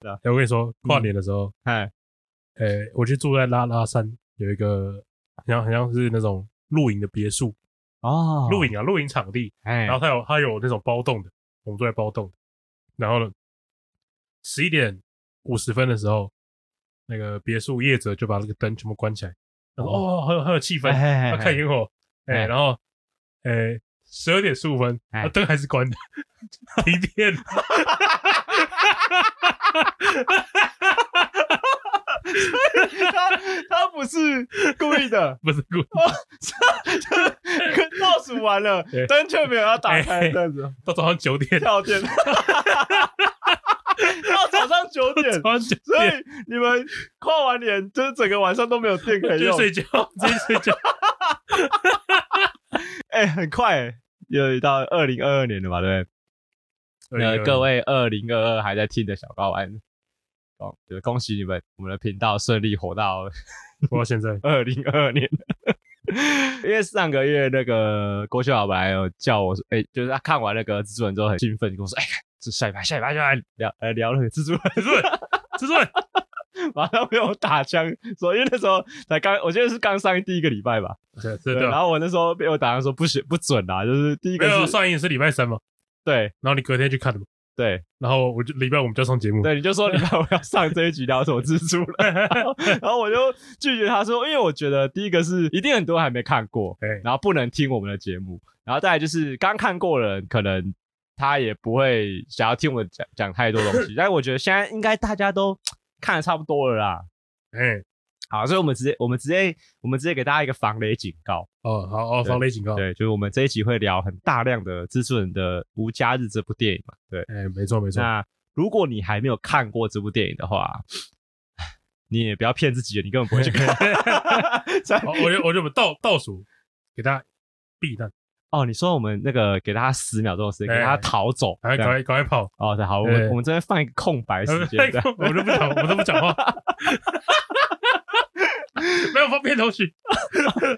对啊哎我跟你说，跨年的时候，哎，哎、我去住在拉拉山有一个，很像很像是那种露营的别墅，哦，露，营啊，露营场地，哎然，后它有它有那种包栋的，我们住在包栋的。然后呢，十一点五十分的时候，那个别墅业者就把那个灯全部关起来，然后哦，很有很有气氛，哎要看哎烟火，哎，哎然后哎，十二点十五分，哎啊灯还是关的， 停电了。 他他不是故意的， 不是故意，可倒数完了对，哎灯却没有要打开，这样子到早上九点，跳电， 到早上九点， 早上九所以点你们跨完年就是整个晚上都没有电可以就用， 睡觉，直接睡觉。哎，很快欸，又到二零二二年了吧，对不对？那呃各位二零二二还在听的小高安，哦，就是恭喜你们，我们的频道顺利活到活到现在，二零二二年。 因为上个月那个郭秀老板还有叫我说，哎、就是他看完那个蜘蛛人之后很兴奋，跟我说，哎、这下一排下一排下一排聊呃聊那个蜘蛛人， 蜘蛛 人，蜘蛛人，马上被我打枪，说因为那时候才刚，我觉得是刚上映第一个礼拜吧，对对对然啊，后我那时候被我打枪说不行不准啦，就是第一没个有是上映是礼拜三嘛，对然后你隔天去看的嘛，对然后我就礼拜我们就要上节目，对，你就说礼拜我要上这一局聊什么蜘蛛人，然后然后我就拒绝他说，因为我觉得第一个是一定很多人还没看过，哎，然后不能听我们的节目，然后再来就是刚看过的人，可能他也不会想要听我们讲讲太多东西。但我觉得现在应该大家都看的差不多了啦。哎，好，所以我们直接我们直接我们直接给大家一个防雷警告，哦，好哦，对防雷警告，对，就是我们这一集会聊很大量的蜘蛛人的《无家日》这部电影嘛。对，哎，没错没错，那如果你还没有看过这部电影的话，你也不要骗自己了，你根本不会 去看。好， 我就我就倒倒数给大家避难，哦，你说我们那个给他十秒钟的时间，给他哎逃走，赶快哎这赶样快赶快跑，哦，对，好，我对们我们这边放一个空白时 间，这样我都不讲，我都不讲话， 没有放片头曲，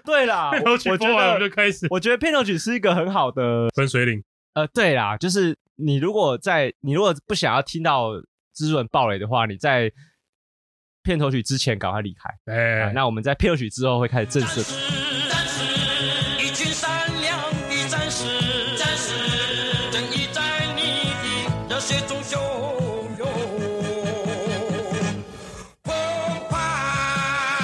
对啦，片我头我曲觉播完我们得就开始我觉得片头曲是一个很好的，分水岭，呃，对啦，就是你如果在你如果不想要听到蜘蛛人暴雷的话，你在片头曲之前赶快离开。啊哎，那我们在片头曲之后会开始正式战。士，战士，一群善良的战士，战士，正义在你的热血中汹涌澎湃。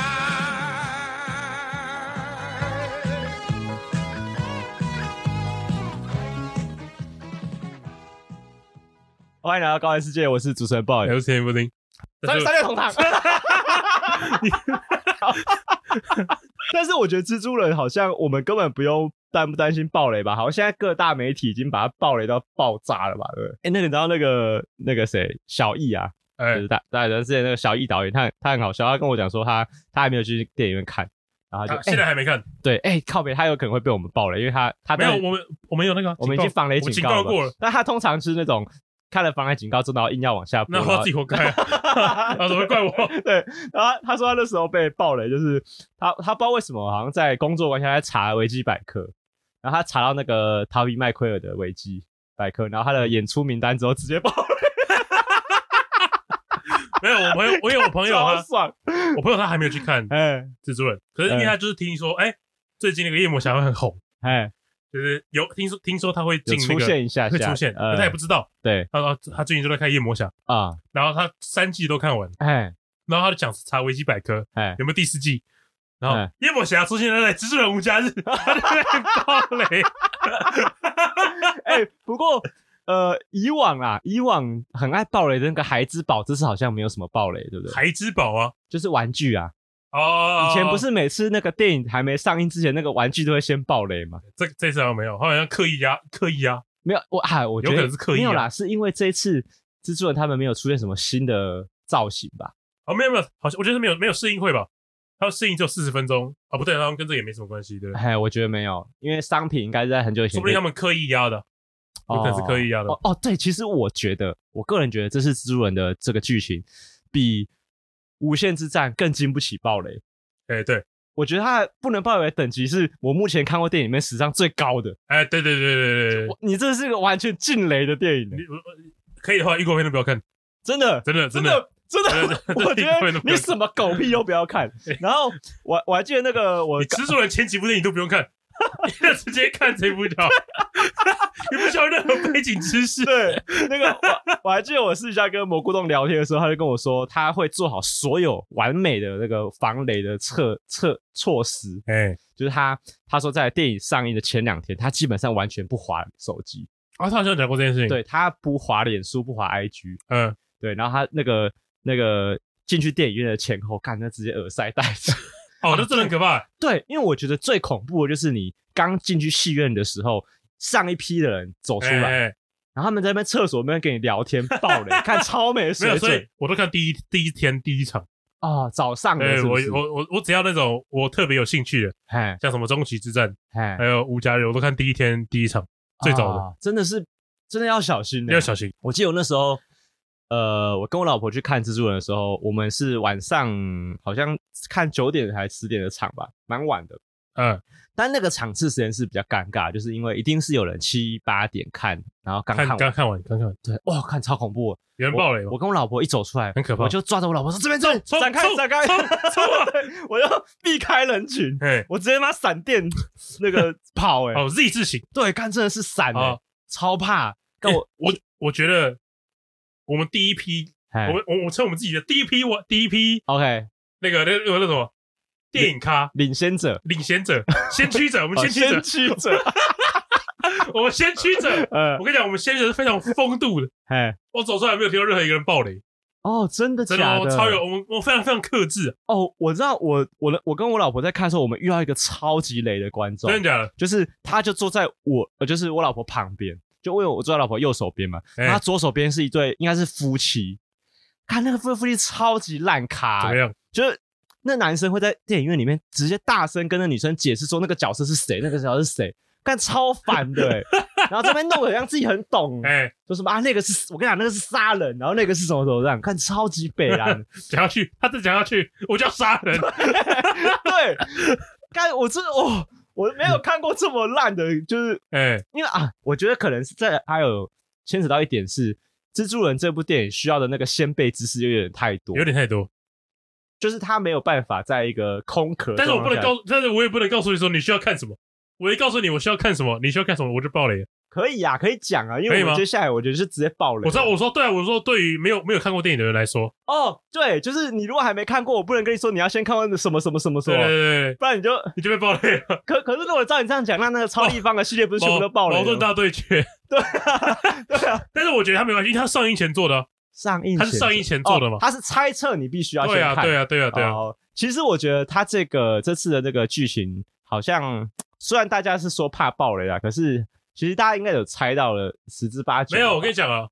欢迎来到高玩世界，我是主持人鲍哎宇。我是田不丁， 但三是三月同堂。 但是我觉得蜘蛛人好像我们根本不用担不担心暴雷吧？好，现在各大媒体已经把它暴雷到爆炸了吧？对不对？哎、那个你知道那个那个谁小易啊，哎就是大大家之前那个小易导演，他他很好笑，他跟我讲说他他还没有去电影院看，然后他就啊哎、现在还没看，对哎、靠北，他有可能会被我们爆雷，因为他他没有在我们我们有那个我们已经警告防雷我们警警告了告吧过了，但他通常是那种看了防雷警告之后，然后硬要往下播，那然我后自己活该 啊，啊怎么会怪我？对，然后他说他那时候被爆雷，就是他他不知道为什么，好像在工作关系，他在查维基百科，然后他查到那个逃避麦奎尔的维基百科，然后他嗯的演出名单之后直接爆雷，没有，我朋友，我有我朋友超他，爽，我朋友他还没有去 看哎蜘蛛人，可是因为他就是听说，哎，最近那个夜魔侠会很红，哎，就是有听说听说他会有进那出个现一下下，会出现，可呃是他也不知道，对他说他最近就在看夜魔侠，啊，然后他三季都看完，哎然后他就想查维基百科哎，有没有第四季。然后哎夜魔侠出现在蜘蛛人无家日，他就在爆雷。哎，不过。呃，以往啦，以往很爱爆雷的那个孩之宝，这次好像没有什么爆雷， 对不对？孩之宝啊，就是玩具啊，哦，以前不是每次那个电影还没上映之前，那个玩具都会先爆雷吗？这这次好像没有，他好像刻意压刻意压，没有，我啊，我觉有得可能是刻意没有啊啦，是因为这一次蜘蛛人他们没有出现什么新的造型吧？哦，没有没有，好像我觉得是没有没有试映会吧，他试映只有四十分钟啊，不对，他们跟这个也没什么关系，对不 对？哎，我觉得没有，因为商品应该是在很久以前就，说不定他们刻意压的，有可能是刻意压的哦。哦，对，其实我觉得，我个人觉得这次蜘蛛人的这个剧情比《无限之战》更经不起暴雷。哎，对，我觉得它的不能暴雷的等级是我目前看过电影里面史上最高的。哎，对对对对对对，呃我你这是个完全禁雷的电影呢，你我可以的话，预告片都不要看，真的，真的真真的，真真的的，我觉真得的你什么狗屁都不要看。然后我我还记得那个我你蜘蛛人前几部电影都不用看， 你就直接看这部就好， 你不需要任何背景知识。对那个我我还记得我私底下跟蘑菇洞聊天的时候，他就跟我说他会做好所有完美的那个防雷的策策措施，哎，就是他他说在电影上映的前两天，他基本上完全不滑手机，啊，他好像讲过这件事情。，对他不滑脸书，不滑 IG，嗯，对，然后他那个那个进去电影院的前后，看那直接耳塞戴着。 啊哦，那真的很可怕。对，因为我觉得最恐怖的就是你刚进去戏院的时候，上一批的人走出来，哎，哎然后他们在那边厕所那边跟你聊天爆 雷，看超没没有，水所以准我都看第一第一天第一场。啊、哦！早上的哎，是不我是？我我我只要那种我特别有兴趣的，嘿像什么终极之战，嘿还有无家日，我都看第一天第一场哎最早的，啊真的是真的要小心呢、要小心。我记得我那时候，呃，我跟我老婆去看蜘蛛人的时候，我们是晚上好像看九点还十点的场吧，蛮晚的。嗯，但那个场次时间是比较尴尬，就是因为一定是有人七八点看，然后刚看看完，刚看完，刚看完，对，哇，看超恐怖的！有人爆雷吗我？跟我老婆一走出来，很可怕我就抓着我老婆说：“这边走，冲闪开，冲闪开冲冲啊！”对我就避开人群，哎，我直接拿闪电 那个跑，哎，哦，Z 字形。对，看真的是闪，哎哦，超怕。但哎 我我我觉得我们第一批，哎我们我我称我们自己的第一批，我第一批 OK 那个那个那个什么电影咖领先者，领先 者、先驱者，我们哦先驱者，驱者， 我们先驱者。呃，我跟你讲，我们先驱者是非常有风度的。哎，我走出来没有听到任何一个人爆雷，哦，真的真假的，我超有，我们我非常非常克制，啊哦，我知道，我我的我跟我老婆在看的时候，我们遇到一个超级雷的观众真的，假的？就是他就坐在我，呃，就是我老婆旁边，就因为我坐在老婆右手边嘛，哎然后他左手边是一对应该是夫妻，看那个夫夫妻超级烂咖、欸怎么样？就是那男生会在电影院里面直接大声跟那女生解释说那个角色是谁，那个角色是谁，看超烦的、欸，然后这边弄得好像自己很懂，哎，说什么啊那个是我跟你讲那个是杀人，然后那个是什么什么这样，看超级北蓝，讲下去，他再讲下去，我就要杀 人。对，看我真的哦，我没有看过这么烂的，就是哎，因为啊，我觉得可能是这还有牵扯到一点是，《蜘蛛人》这部电影需要的那个先辈知识有点太多有，点太多，就是他没有办法在一个空壳。但是我不能，告，但是我也不能告诉你说你需要看什么。我一告诉你我需要看什么，你需要看什么，我就爆雷了。可以啊，可以讲啊，因可为以我吗们接下来我觉得是直接爆雷。我知道，我说对啊，我说对于没有没有看过电影的人来说，哦，对，就是你如果还没看过，我不能跟你说你要先看完什么什么什么什对对么，对对，不然你就你就被爆雷了。可可是如果照你这样讲，那那个超立方的系列不是全部都爆雷矛盾了吗？大对 决。对啊，但是我觉得他没关系，因为他上映前做的啊、上映他是上映前做的嘛哦他是猜测你必须要先对看啊，，对啊，对啊，对啊。哦，其实我觉得他这个这次的这个剧情，好像虽然大家是说怕爆雷啊，可是其实大家应该有猜到了十之八九。没有，我跟你，讲啊，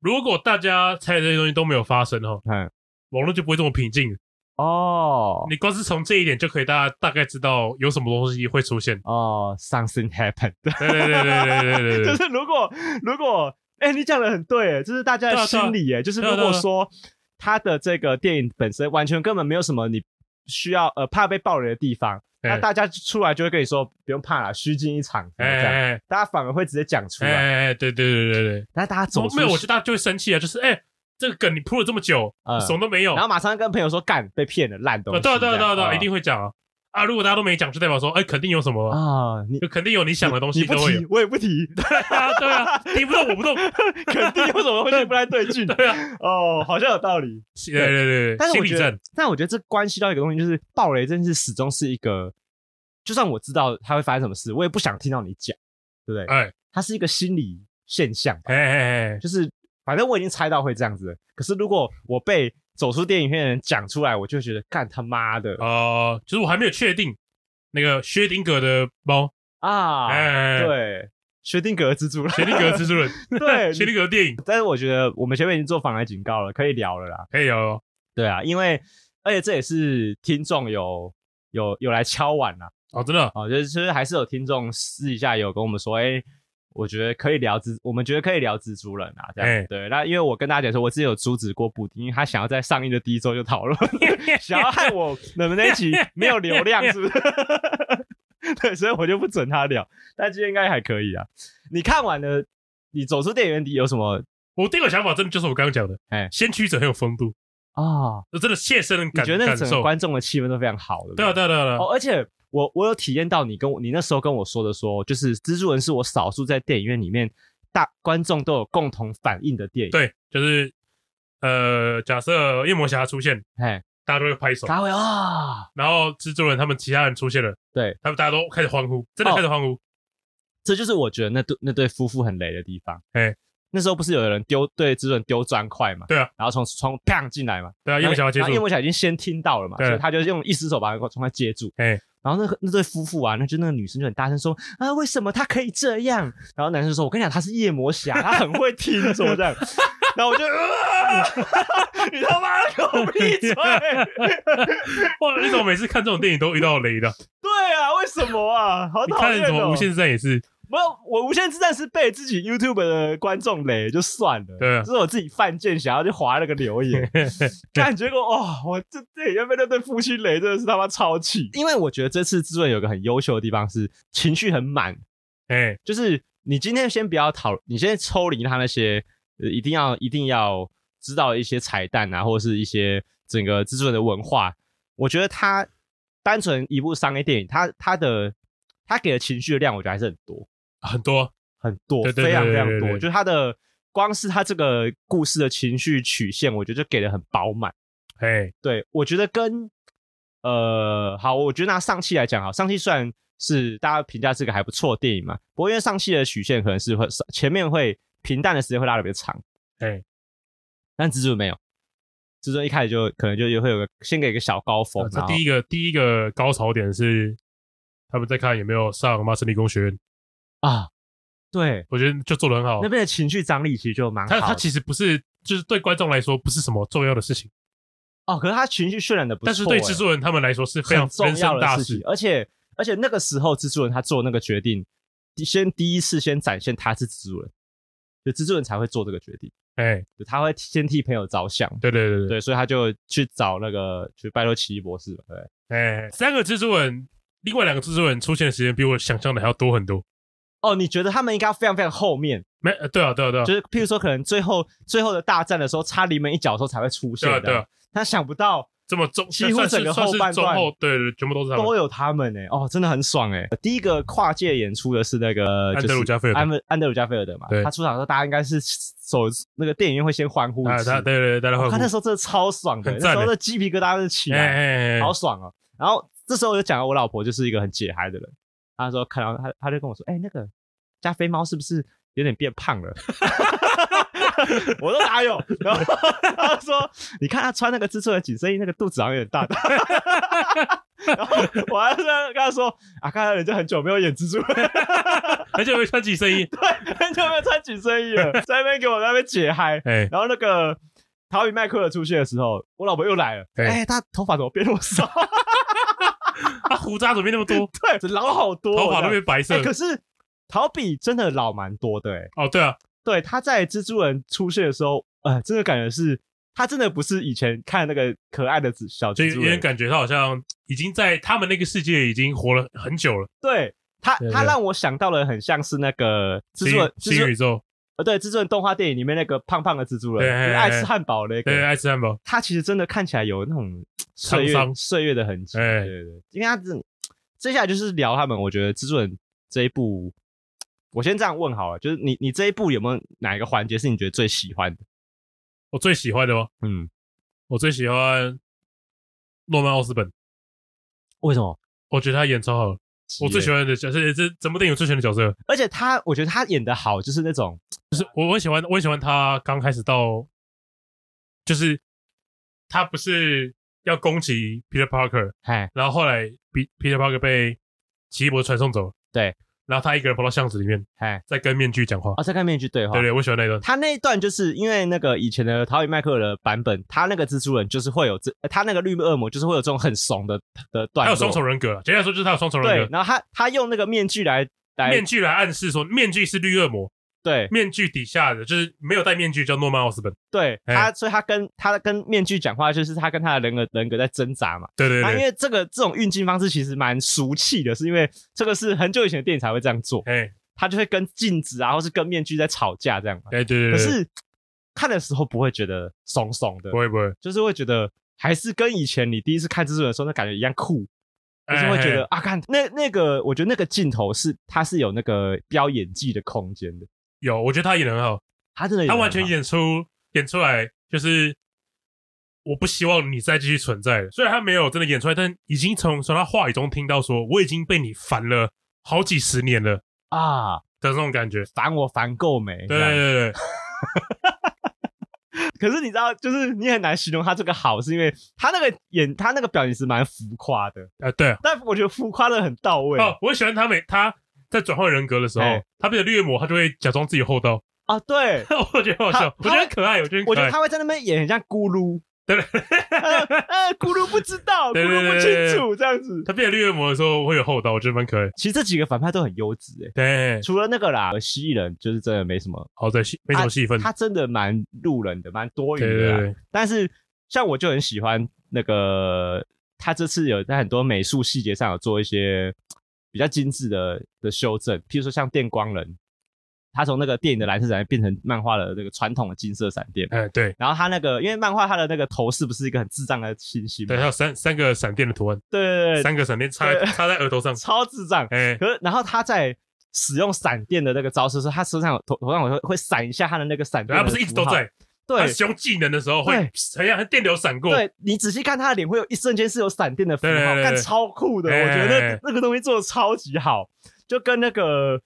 如果大家猜的这些东西都没有发生哈，嗯，网络就不会这么平静。哦。你光是从这一点就可以大家大概知道有什么东西会出现哦，something happened，对对对对对对对 就对是如果如果，哎、你讲的很对，哎就是大家对的啊对啊心理，哎、就是对啊如对啊果说他的这个电影本身完全根本没有什么你需要呃怕被爆雷的地方，哎那大家出来就会跟你说不用怕啦，虚惊一场，哎这样、哎大家反而会直接讲出哎来，哎哎，对对对对对。但大家怎走么哦出没有？我觉得大家就会生气啊，就是哎、这个梗你铺了这么久，嗯什么都没有。然后马上跟朋友说干被骗了，烂东呃西。对啊对啊这对样啊对啊，哦一定会讲啊啊！如果大家都没讲，就代表说哎、肯定有什么了，啊！你就肯定有你想的东你西不都会有 提。，我也不提， 对啊对啊，你不动我不动，肯定有什么东西不太对 劲。对啊，哦，好像有道理。对对对对，但是心我理觉得战，，但我觉得这关系到一个东西，就是暴雷这件事始终是一个，就算我知道它会发生什么事，我也不想听到你讲，对不对？哎它是一个心理现象，哎哎哎，就是反正我已经猜到会这样子了。可是如果我被走出电影院的人讲出来，我就会觉得干他妈的哦，就是我还没有确定那个薛定谔的猫，啊！哎，哎哎对，薛定谔的蜘蛛了，薛定谔的蜘蛛人， 对 薛定谔的电影但是我觉得我们前面已经做防癌警告了，可以聊了啦。可以聊哦，对啊，因为而且这也是听众有有有来敲碗啦，哦真 的，哦，就是就是还是有听众私底下有跟我们说，哎、我觉得可以聊蜘，我们觉得可以聊蜘蛛人啊，这样、哎对。那因为我跟大家讲说，我自己有阻止过布丁，因为他想要在上映的第一周就讨论， 想要害我我们那一集没有流量，是 不是？对，所以我就不准他聊。但今天应该还可以啊。你看完了，你走出电影院，你有什么我第一个想法真的就是我刚刚讲的，哎先驱者很有风度，啊，我真的切身的你感觉得那感整个受。观众的气氛都非常好，对不对啊，对啊，对啊对啊，哦，而且我我有体验到你跟我你那时候跟我说的说，就是蜘蛛人是我少数在电影院里面大观众都有共同反应的电影。，对，就是呃，假设夜魔侠出现，哎，大家都会拍手，他会啊，然后蜘蛛人他们其他人出现了，对，他们大家都开始欢呼，真的哦开始欢呼。这就是我觉得那对那对夫妇很雷的地方。哎，那时候不是有人丢对蜘蛛人丢砖块嘛？对啊，然后从窗砰进来嘛，对啊，夜魔侠要接然后夜住，魔侠已经先听到了嘛，对所以他就用一只手把窗块接住。哎，然后那个那对夫妇啊，那就那个女生就很大声说啊，为什么他可以这样？然后男生说，我跟你讲，他是夜魔侠，他很会听，什么这样。然后我就，呃、你他妈的给我闭嘴！哇，你怎么每次看这种电影都遇到雷的？对啊，为什么啊？好你讨看厌什么哦！无限之战也是，没有，我无限之战是被自己 YouTube 的观众雷就算了，对啊这是我自己犯贱，想要去划那个留 言，但结果哇、哦，我这这要被那对夫妻雷真的是他妈超气，因为我觉得这次之润有个很优秀的地方是情绪很满，哎，就是你今天先不要讨，你先抽离他那些、呃、一定要一定要知道一些彩蛋啊，或者是一些整个制作人的文化。我觉得他单纯一部商业电影，他他的他给的情绪的量，我觉得还是很多很多，很多，对对非常对非对常对多。对就是他的光是他这个故事的情绪曲线，我觉得就给的很饱满。哎，对，我觉得跟呃，好，我觉得拿上汽来讲，好，上汽虽然是大家评价是个还不错的电影嘛，不过因为上汽的曲线可能是会前面会平淡的时间会拉的比较长，哎，但蜘蛛没有，蜘蛛一开始就可能就会有个先给一个小高峰，他然后哦第一个第一个高潮点是他们在看有没有上麻省理工学院，啊，对，我觉得就做的很好那。边的情绪张力其实就蛮好哦他的，他其实不是，就是对观众来说不是什么重要的事情，哦，可是他情绪渲染的不错但欸，是对制作人他们来说是非常很重人要生的大事情，。而且而且那个时候蜘蛛人他做那个决定，第先第一次先展现他是蜘蛛人，就蜘蛛人才会做这个决定，哎，就他会先替朋友着想，对对对对，对，所以他就去找那个去拜托奇异博士嘛，对，哎，三个蜘蛛人，另外两个蜘蛛人出现的时间比我想象的还要多很多。哦，你觉得他们应该要非常非常后面，没，呃对啊，对啊，对啊就，是譬如说可能最后最后的大战的时候，差临门一脚的时候才会出现对啊，的，对啊，他想不到这么中，几乎算是整个算后是半中段后，对对，对全部都是他们都。有他们哎、哦，真的很爽哎、第一个跨界演出的是那个、安就是、德鲁加菲尔德安德安德鲁加菲尔德嘛对，他出场的时候，大家应该是手那个电影院会先欢呼啊，一次。他对对对，大家我欢看那呼。时候真的超爽的，很赞那欸时候的鸡皮疙瘩都起哎来，哎哎，好爽哦。然后这时候我就讲到我老婆就是一个很解嗨的人，她说看到她，她就跟我说，哎、那个加菲猫是不是有点变胖了？ 我说哪有？然后她说，你看她穿那个蜘蛛的紧身衣，那个肚子好像有点大大。然后我还是跟她说啊，看来人家很久没有演蜘蛛了，而且会穿紧身 衣。很久没有穿紧身衣了，在那边给我在那边解嗨。哎，然后那个陶比麦克尔出现的时候，我老婆又来了，对哎、她头发怎么变那么少？他胡渣怎么变那么多？对，老好 多哦，头发都这样变 白色哎、。可是陶比真的老蛮多的哎、哦，对啊，对，他在蜘蛛人出现的时候，呃，真的感觉是他真的不是以前看那个可爱的小就蜘有蛛点人，感觉他好像已经在他们那个世界已经活了很久了。对他对他对让我想到了很像是那个蜘新蛛人蜘蛛新宇人宙，呃对蜘蛛人动画电影里面那个胖胖的蜘蛛人，对就是爱吃汉堡的那对，个，爱吃汉堡。他其实真的看起来有那 种岁沧月桑岁月的痕迹，哎对对对，因为他这接下来就是聊他们，我觉得蜘蛛人这一部。我先这样问好了，就是你你这一部有没有哪一个环节是你觉得最喜欢的？我最喜欢的吗？嗯，我最喜欢诺曼奥斯本，为什么？我觉得他演超好了。我最喜欢的角色，这整部电影我最喜欢的角色，而且他，我觉得他演的好，就是那种就是我我很喜欢，我很喜欢他刚开始到，就是他不是要攻击 Peter Parker，哎，然后后来 P Peter Parker 被奇异博士传送走了，对，然后他一个人跑到巷子里面，哎，在跟面具讲话，哦，在跟面具对话。对对，我喜欢那一段，他那一段就是因为那个以前的陶宇麦克尔的版本，他那个蜘蛛人就是会有这，他那个绿恶魔就是会有这种很怂的的段落。还有双重人格啊，简单来说就是他有双重对人，格，然后他他用那个面具来来面具来暗示说面具是绿恶魔，对面具底下的就是没有戴面具叫诺曼奥斯本，对，哎他所以他跟他跟面具讲话，就是他跟他的人格人格在挣扎嘛。对对啊，因对，为这个这种运镜方式其实蛮俗气的，是因为这个是很久以前的电影才会这样做，哎他就会跟镜子啊，或是跟面具在吵架这样嘛。哎对对对，可是看的时候不会觉得怂怂的不，会不会，就是会觉得还是跟以前你第一次看蜘蛛人的时候那感觉一样酷，就是会觉得哎啊，看那那个，我觉得那个镜头是它是有那个飙演技的空间的，有，我觉得他演的很好，他真的他得完全很好演出演出来就是。我不希望你再继续存在了。虽然他没有真的演出来，但已经从从他话语中听到说，我已经被你烦了好几十年了啊，的那种感觉。烦我烦够没？对这样对对对，可是你知道，就是你很难形容他这个好，是因为他那个演他那个表演是蛮浮夸的，啊对啊但我觉得浮夸的很到位哦，我喜欢他每他在转换人格的时候哎，他被掠魔，他就会假装自己厚道，啊。对， 我觉得好笑，我他觉得很可爱，我觉得我很可觉爱得。他会在那边演很像咕噜，哎对呃，呃咕噜不知道，咕对对噜不对清对楚这样子。他变成绿恶魔的时候，我会有厚道，我觉得蛮可爱。其实这几个反派都很优质诶，对，除了那个啦，呃蜥蜴人就是真的没什么，好在戏没什么戏份。他真的蛮路人的，蛮多嗯余对的啦。对对，但是像我就很喜欢那个，他这次有在很多美术细节上有做一些比较精致的的修正，譬如说像电光人，他从那个电影的蓝色闪电变成漫画的那个传统的金色闪电。哎对然后他那个，因为漫画他的那个头饰不是一个很智障的星星嘛对，还有三三个闪电的图案，对对对对，三个闪电插在对插在额头上。超智障。哎，可是然后他在使用闪电的那个招式的时候，他身上有头头上有会会闪一下他的那个闪对电，他不是一直都，在，对他使用技能的时候会对很像电流闪过。对你仔细看他的脸，会有一瞬间是有闪电的符号，对对对对看超酷的。哎我觉得哎那哎那个东西做的超级好，就跟那个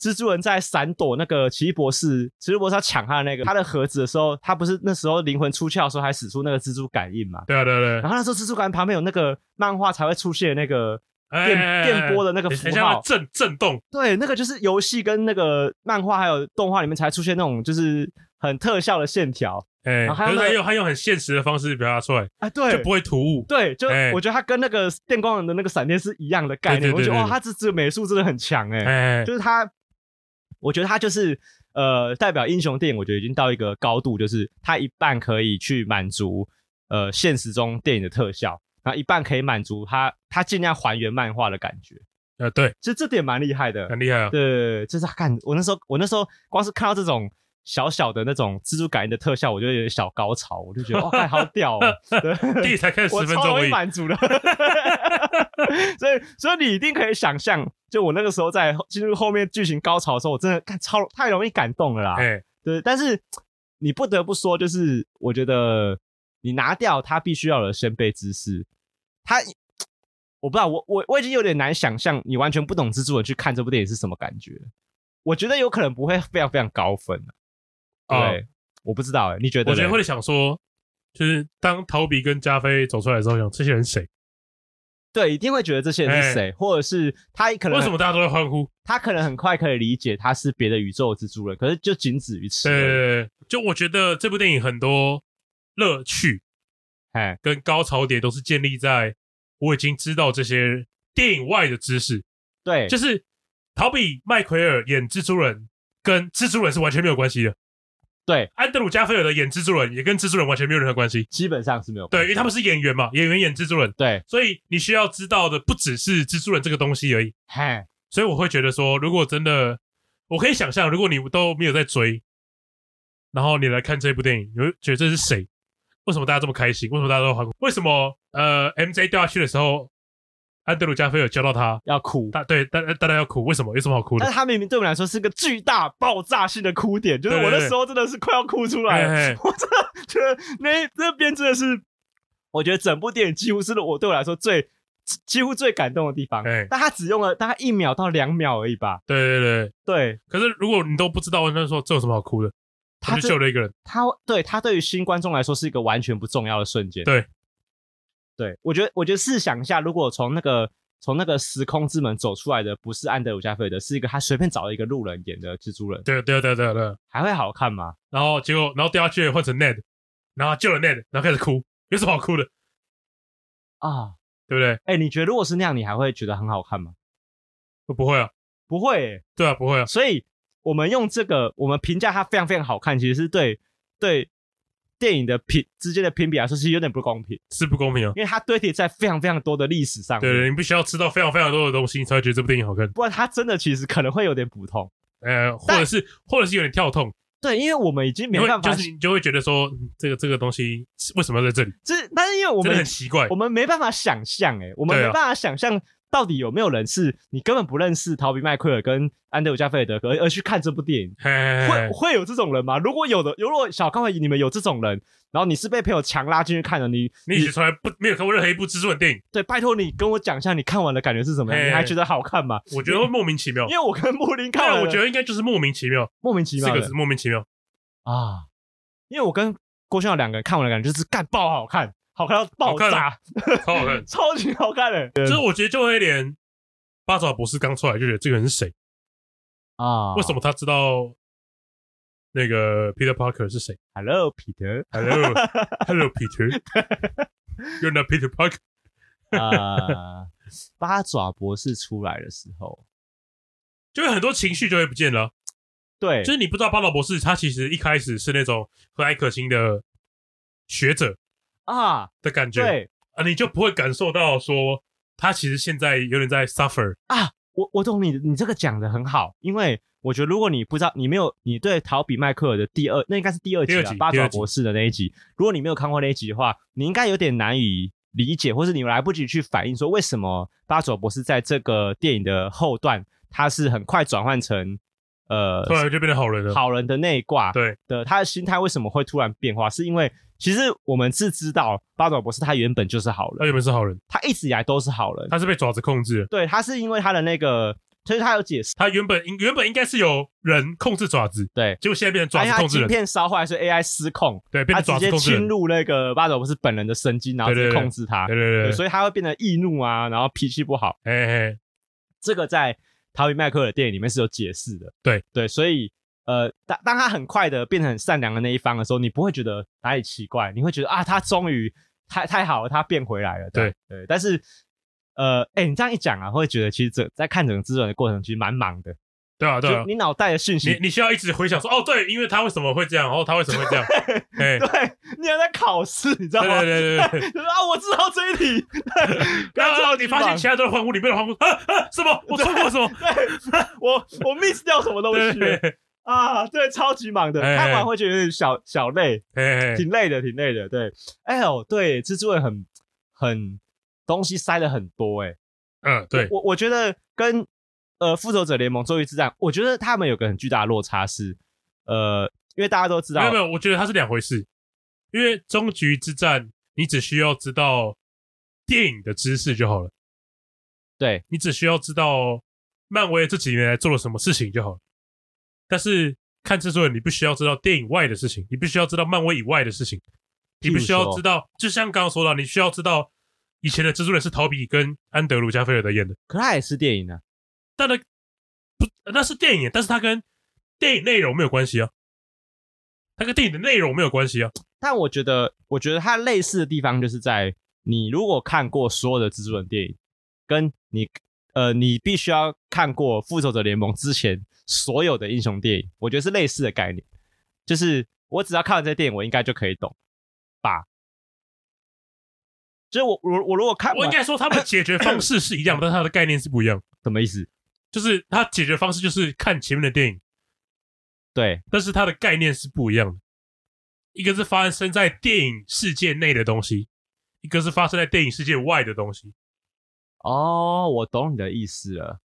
蜘蛛人在闪躲那个奇异博士，奇异博士要抢他的嗯那个他的盒子的时候，他不是那时候灵魂出窍的时候还使出那个蜘蛛感应嘛？对啊对啊对啊然，后那时候蜘蛛感应旁边有那个漫画才会出现的那个哎电哎哎哎电波的那个很符很像它号，震震动。对，那个就是游戏跟那个漫画还有动画里面才出现那种就是很特效的线条哎，然后还可有是那个他用他用很现实的方式表达出来，啊，对，就不会突兀。对，就哎我觉得它跟那个电光人的那个闪电是一样的概念。对对对我觉得对哇，对它这这个美术真的很强哎、哎，就是它，我觉得它就是呃，代表英雄电影，我觉得已经到一个高度，就是它一半可以去满足呃现实中电影的特效，然后一半可以满足它，它尽量还原漫画的感觉。呃对，其实这点蛮厉害的，很厉害啊。对，就是他看我那时候，我那时候光是看到这种小小的那种蜘蛛感应的特效，我就有点小高潮，我就觉得哇，干好屌、哦！ 对电影才 看十我分超钟而容易已。满足的， 所以所以你一定可以想象，就我那个时候在进入后面剧情高潮的时候，我真的看超太容易感动了啦。哎，对，但是你不得不说，就是我觉得你拿掉他必须要有的先辈知识，他我不知道，我我我已经有点难想象你完全不懂蜘蛛人去看这部电影是什么感觉。我觉得有可能不会非常非常高分、啊哦对，我不知道哎、你觉得嘞？我觉得会想说，就是当陶比跟加菲走出来的时候，想这些人谁？对，一定会觉得这些人是哎谁，或者是他可能为什么大家都在欢呼？他可能很快可以理解他是别的宇宙的蜘蛛人，可是就仅止于此对而已。对对，对呃就我觉得这部电影很多乐趣哎，跟高潮点都是建立在我已经知道这些电影外的知识，对，就是陶比麦奎尔演蜘蛛人跟蜘蛛人是完全没有关系的。对，安德鲁加菲尔的演蜘蛛人也跟蜘蛛人完全没有任何关系。基本上是没有对，关因为他们是演员嘛，演员演蜘蛛人，对，所以你需要知道的不只是蜘蛛人这个东西而已。嘿，所以我会觉得说，如果真的，我可以想象，如果你都没有在追，然后你来看这部电影，你会觉得这是谁？为什么大家这么开心？为什么大家都欢呼？为什么呃，MJ 掉下去的时候，安德鲁加菲尔教到他，要哭。大对大大家要哭，为什么？有什么好哭但的？是他明明对我们来说是个巨大爆炸性的哭点，就是对我对那对时候真的是快要哭出来了。嘿嘿 我真的觉得那那边真的是，我觉得整部电影几乎是我对我来说最几乎最感动的地方哎。但他只用了大概一秒到两秒而已吧。对对对。对可是如果你都不知道，那说这有什么好哭的？他他就这救了一个人，他，对他对于新观众来说是一个完全不重要的瞬间。对对，我觉得我觉得试想一下，如果从那个从那个时空之门走出来的不是安德鲁加菲尔德，是一个他随便找了一个路人演的蜘蛛人，对对对对对。还会好看吗？然后结果，然后掉下去换成 Ned，然后救了 Ned，然后开始哭，有什么好哭的？啊，对不对？哎、你觉得如果是那样，你还会觉得很好看吗？我不会啊，不会耶、对啊，不会啊。所以我们用这个，我们评价它非常非常好看，其实是对对电影的评之间的评比来说，其实有点不公平，是不公平啊。因为它堆叠在非常非常多的历史上面对对，你必须要吃到非常非常多的东西，你才会觉得这部电影好看。不然它真的其实可能会有点普通。呃，或但者是或者是有点跳痛，对，因为我们已经没因为办法，就是你就会觉得说嗯这个这个东西是为什么要在这里，这但是因为我真的们很奇怪我。们没办法想象，哎，我们没对啊办法想象到底有没有人是你根本不认识陶比麦奎尔跟安德鲁加菲尔德格，而而去看这部电影。嘿嘿嘿会会有这种人吗？如果有的，如果小康会你们有这种人，然后你是被朋友强拉进去看的，你你以前从来不没有看过任何一部蜘蛛人电影，对，拜托你跟我讲一下你看完的感觉是什么样？嘿你还觉得好看吗？我觉得会莫名其妙因。为我跟布林看当完然，了，我觉得应该就是莫名其妙，莫名其四妙个的字莫名其 妙。啊，因为我跟郭轩有两个人看完的感觉就是干爆好看，好看到爆好看炸，。超好看超级好看的就是我觉得就会连八爪博士刚出来就觉得这个人是 谁？啊！为什么他知道那个 Peter Parker 是谁？Hello Peter ？Hello，Hello Peter，You're not Peter Parker。啊，八爪博士出来的时候，就会很多情绪就会不见了，对就是你不知道八爪博士他其实一开始是那种和蔼可亲的学者啊，的感觉，对啊，你就不会感受到说他其实现在有点在 suffer，我我懂你，你这个讲的很好，因为我觉得如果你不知道，你没有你对陶比麦克尔的第二，那应该是第二集第二了，集八第爪二集博士的那一集，如果你没有看过那一集的话，你应该有点难以理解，或是你来不及去反映说为什么八爪博士在这个电影的后段，他是很快转换成呃突然就变成好人了。好人的那一卦，对的他的心态为什么会突然变化，是因为其实我们是知道八爪博士他原本就是好他人，原本是好人，他一直以来都是好人，他是被爪子控制的。对他是因为他的那个，就是他有解释。他原本应原本应该是由人控制爪子，对，结果现在变成而爪子且他控制晶人，哎片烧坏，所以 AI 失控，对，变他成爪子直接控制侵人，入那个巴爪博士本人的神经，然对后直对接对控制他，对对对对对，所以他会变得易怒啊，然后脾气不好。哎哎，这个在陶比麦克尔的电影里面是有解释的。对对，所以呃，当当他很快的变成很善良的那一方的时候，你不会觉得哪里奇怪，你会觉得啊，他终于太太好了，他变回来了。这样对，但是呃，哎、你这样一讲啊，会觉得其实整在看整个制作的过程其实蛮忙的，对啊对啊就，你脑袋的讯息你你需要一直回想说，哦对，因为他为什么会这样，哦他为什么会 这样，哎，对对，你还在考试，你知道吗？对对对对。 就是啊，我知道这一题。 对，然后你发现其前他都在欢呼，你没有欢呼，啊啊，什么？我错过 什么？我我 miss 掉什么东对西对了对，啊？对，超级忙的，哎哎看完会觉得有点小小累，哎，挺累的，挺累的。对，哎呦，对，蜘蛛人很很东西塞了很多，哎，嗯，对，我我觉得跟呃复仇者联盟终于之战，我觉得他们有个很巨大的落差是，呃，因为大家都知道没有没有，我觉得它是两回事，因为终局之战，你只需要知道电影的知识就好了，对你只需要知道漫威这几年来做了什么事情就好了。但是看制作人，你必须要知道电影外的事情，你必须要知道漫威以外的事情，你必须譬如要说知道，就像刚刚说到，你需要知道以前的蜘蛛人是陶比跟安德鲁加菲尔德演的。可他也是电影啊，但那不那是电影，但是它跟电影内容没有关系啊，它跟电影的内容没有关系啊。但我觉得，我觉得它类似的地方就是在你如果看过所有的蜘蛛人电影，跟你呃，你必须要看过《复仇者联盟》之前所有的英雄电影，我觉得是类似的概念。就是我只要看完这些电影，我应该就可以懂吧？就是我我我如果看我应完，该说他们解决方式是一 样，但它的概念是不一样。什么意思？就是它解决方式就是看前面的电影，对但是它的概念是不一样的。一个是发生在电影世界内的东西，一个是发生在电影世界外的东西。哦，我懂你的意思了。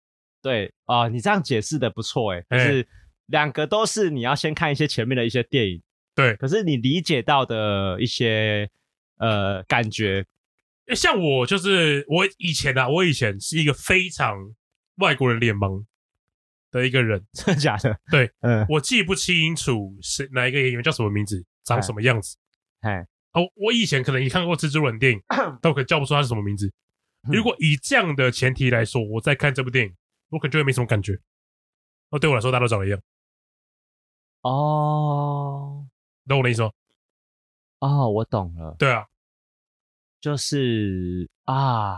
对啊、你这样解释的不错诶、哎就是两个都是你要先看一些前面的一些电影。对，可是你理解到的一些呃感觉，诶像我就是我以前啊，我以前是一个非常外国人脸盲的一个人，真的假的？对，嗯，我记不清楚是哪一个演员叫什么名字，长什么样子。哎，哦，我以前可能也看过蜘蛛人电影，但我可能叫不出他是什么名字。嗯如果以这样的前提来说，我在看这部电影，我可能就会没什么感觉。哦，对我来说，大家都长得一样，哦懂我的意思吗？哦，我懂了，对啊，就是啊，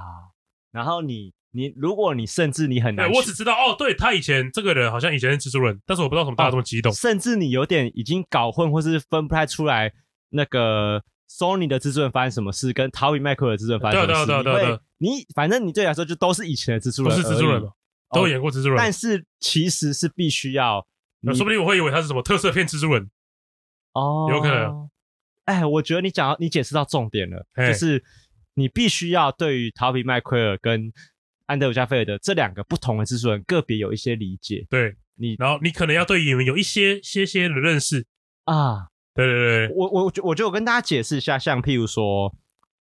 然后你你如果你甚至你很对难去，我只知道哦，对他以前这个人好像以前是蜘蛛人，但是我不知道为什么大家这么激动。甚至你有点已经搞混或是分不太出来那个 Sony 的制作人发生什么事，跟陶比麦克尔的制作人发生什么事，对啊对啊对啊对啊你会你反正你对你来说就都是以前的蜘蛛不人而已，嗯是蜘蛛人嘛，哦都演过蜘蛛人，但是其实是必须要呃说不定我会以为他是什么特色片蜘蛛人，哦，有可能。哎，我觉得你讲到你解释到重点了，嘿就是你必须要对于陶比麦奎尔跟安德鲁加菲尔德这两个不同的制作人个别有一些理解对你然后你可能要对演员有一些些些的认识，啊。对对对，我我觉我觉得我跟大家解释一下，像譬如说，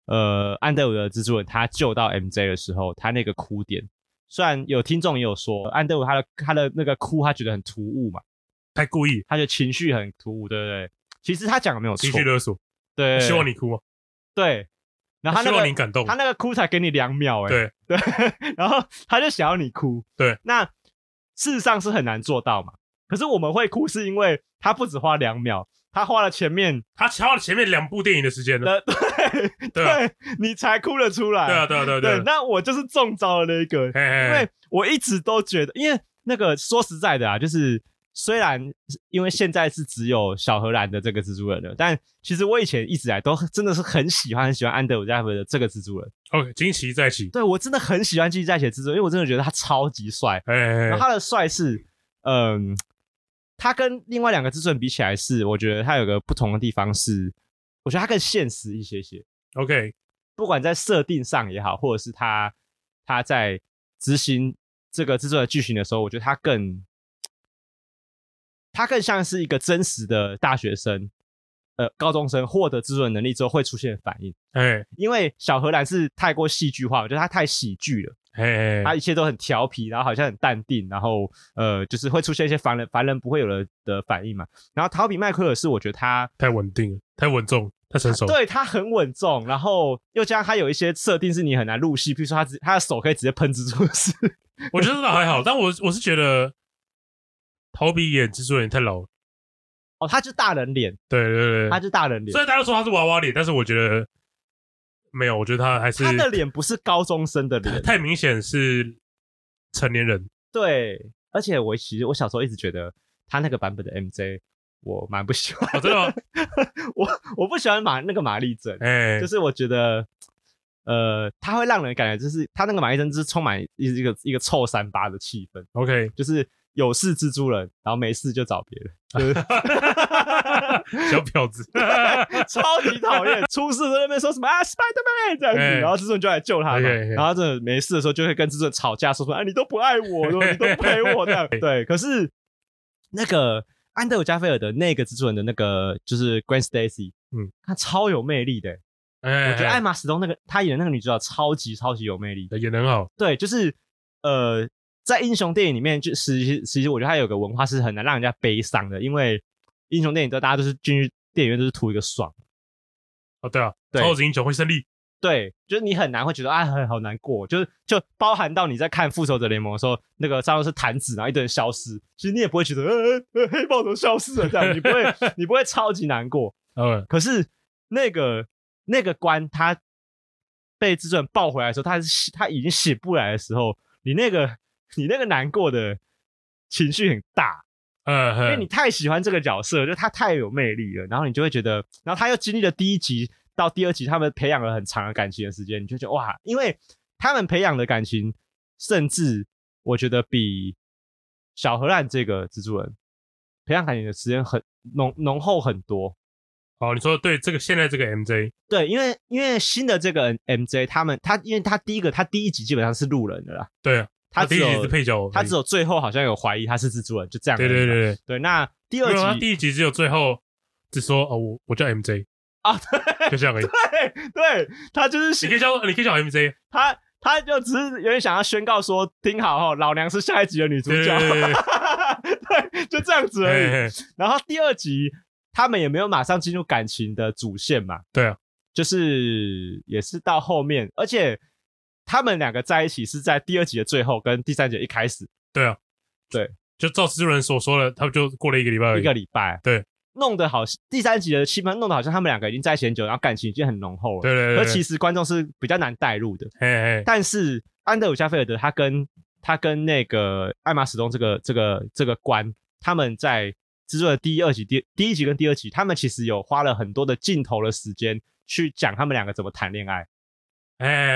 呃，安德鲁的蜘蛛人他救到 MJ 的时候，他那个哭点，虽然有听众也有说安德鲁他的他的那个哭，他觉得很突兀嘛，太故意他的情绪很突兀，对不对？其实他讲的没有错情，绪勒索，对，希望你哭嘛，啊对，然后他希啊那望个你感动他，那个哭才给你两秒、欸，对对， 然后他就想要你哭，对，那事实上是很难做到嘛。可是我们会哭，是因为他不只花两秒，他花了前面他花了前面两部电影的时 间呢，的对对啊你才哭了出来。对啊对啊对啊对啊，那我就是中招的那一个，嘿嘿因为我一直都觉得，因为那个说实在的啊，就是虽然因为现在是只有小荷兰的这个蜘蛛人了，但其实我以前一直以来都真的是很喜欢很喜欢安德鲁加菲尔的这个蜘蛛人。嘿，OK，惊奇再起，对我真的很喜欢《继续在写》制作，因为我真的觉得他超级帅。哎哎然哎后他的帅是，嗯，他跟另外两个制作人比起来是，我觉得他有个不同的地方是，我觉得他更现实一些些， ，OK，不管在设定上也好，或者是他他在执行这个制作的剧情的时候，我觉得他更他更像是一个真实的大学生，呃，高中生获得制作人能力之后会出现的反应，哎因为小荷兰是太过戏剧化，我觉得他太喜剧了。哎他一切都很调皮，然后好像很淡定，然后呃，就是会出现一些凡人凡人不会有的的反应嘛。然后陶比麦奎尔是我觉得他太稳定了，太稳重，太成熟，对他很稳重，然后又加上他有一些设定是你很难入戏，比如说他直他的手可以直接喷蜘蛛丝。 我觉得这倒还好，但我我是觉得陶比演蜘蛛人太老了，哦，他就大人脸，对对对他对，就大人脸虽，然大家都说他是娃娃脸，但是我觉得没有，我觉得他还是他的脸不是高中生的脸，太明显是成年人， 对。而且我其实我小时候一直觉得他那个版本的 MJ 我蛮不喜欢， 哦，真的吗？我我不喜欢马那个玛丽珍，哎，就是我觉得，呃，它会让人感觉就是它那个马医生就是充满一一个一个臭三八的气氛， OK，就是有事蜘蛛人，然后没事就找别人，就是 小婊子，哎超级讨厌。出事在那边说什么啊，Spider Man 这样子，哎然后蜘蛛人就来救他嘛。 OK，OK 然后真的没事的时候就会跟蜘蛛人吵架，说什么啊，你都不爱我， 你都不陪我这样。对，可是那个安德鲁加菲尔的那个蜘蛛人的那个就是 Gwen Stacy，嗯，他超有魅力的、哎，我觉得艾玛史东那个她演的那个女主角超级超级有魅力。哎演得很好，对，就是呃，在英雄电影里面，就其实其实我觉得它有个文化是很难让人家悲伤的，因为英雄电影都大家都是进去电影院都是图一个爽，哦，对啊，对超级英雄会胜利，对，就是你很难会觉得啊很好难过，就是就包含到你在看复仇者联盟的时候，那个上面是弹指，然后一堆人消失，其实你也不会觉得呃呃黑豹怎么消失了这样，你不会你不会超级难过，嗯，可是那个那个关他被蜘蛛人抱回来的时候，他是他已经醒不来的时候，你那个你那个难过的情绪很大，嗯因为哼你太喜欢这个角色，就他太有魅力了，然后你就会觉得，然后他又经历了第一集到第二集，他们培养了很长的感情的时间，你就觉得哇，因为他们培养的感情，甚至我觉得比小荷兰这个蜘蛛人培养感情的时间很浓浓厚很多，哦，你说对这个现在这个 MJ，对，因为因为新的这个 MJ 他们他，因为他第一个他第一集基本上是路人的啦，对啊，他第只一集有是配角，他只有最后好像有怀疑他是蜘蛛人，就这样而已对对嘛。对对。对，那第没有，啊他二集第一集只有最后只说哦，我我叫 MJ，啊，就这样而已。对对，他就是你可想以叫你可以叫我 MJ，他他就只是有点想要宣告说，听好哦，老娘是下一集的女主对角，对对 对，就这样子而已。嘿嘿然后第二集他们也没有马上进入感情的主线嘛，对啊，就是也是到后面，而且他们两个在一起是在第二集的最后跟第三集的一开始对啊，对，就照蜘蛛人所说的，他们就过了一个礼拜而一已个。礼拜，对，弄得好第三集的气氛弄得好像他们两个已经在一起很久，然后感情已经很浓厚了，对对对，而对其实观众是比较难带入的，嘿嘿，但是安德鲁加菲尔德他跟他跟那个艾玛史东这个这个这个官，他们在制作的第一二集、第第一集跟第二集，他们其实有花了很多的镜头的时间去讲他们两个怎么谈恋爱哎哎，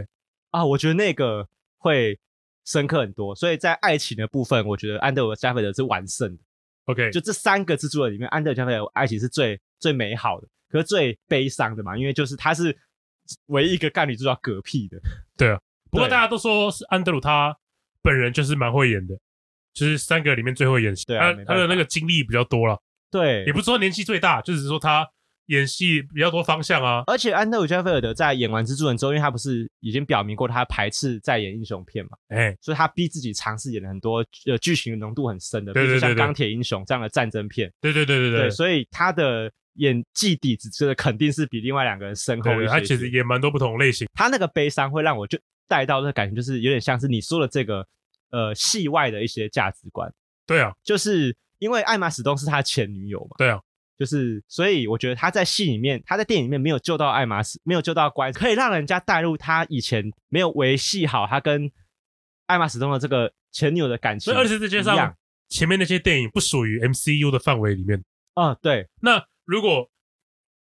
哎啊，我觉得那个会深刻很多，所以在爱情的部分，我觉得安德鲁加菲尔德是完胜的。 OK，就这三个蜘蛛人里面，安德鲁·加菲尔爱情是最最美好的，可是最悲伤的嘛，因为就是他是唯一一个干女主角嗝屁的，不过对大家都说是安德鲁他本人就是蛮会演的，就是三个里面最会演戏，对啊他没办他法的那个经历比较多了，对也，不是说年纪最大，就只是说他演戏比较多方向啊。而且安德鲁·加菲尔德在演完蜘蛛人之后，因为他不是已经表明过他排斥再演英雄片嘛，哎，所以他逼自己尝试演了很多呃剧情浓度很深的，比对如对对说像对钢铁英雄这样的战争片，对对对对对，所以他的演技底子这个肯定是比另外两个人深厚对一些对，些。他其实也蛮多不同类型。他那个悲伤会让我就带到那感觉，就是有点像是你说的这个呃戏外的一些价值观，对啊，就是因为艾玛史东是他的前女友嘛，对啊，就是所以我觉得他在戏里面，他在电影里面没有救到艾玛史，没有救到关，可以让人家带入他以前没有维系好他跟艾玛史东的这个前女友的感情所一以样。二十世纪上前面那些电影不属于 MCU 的范围里面。啊、对那如果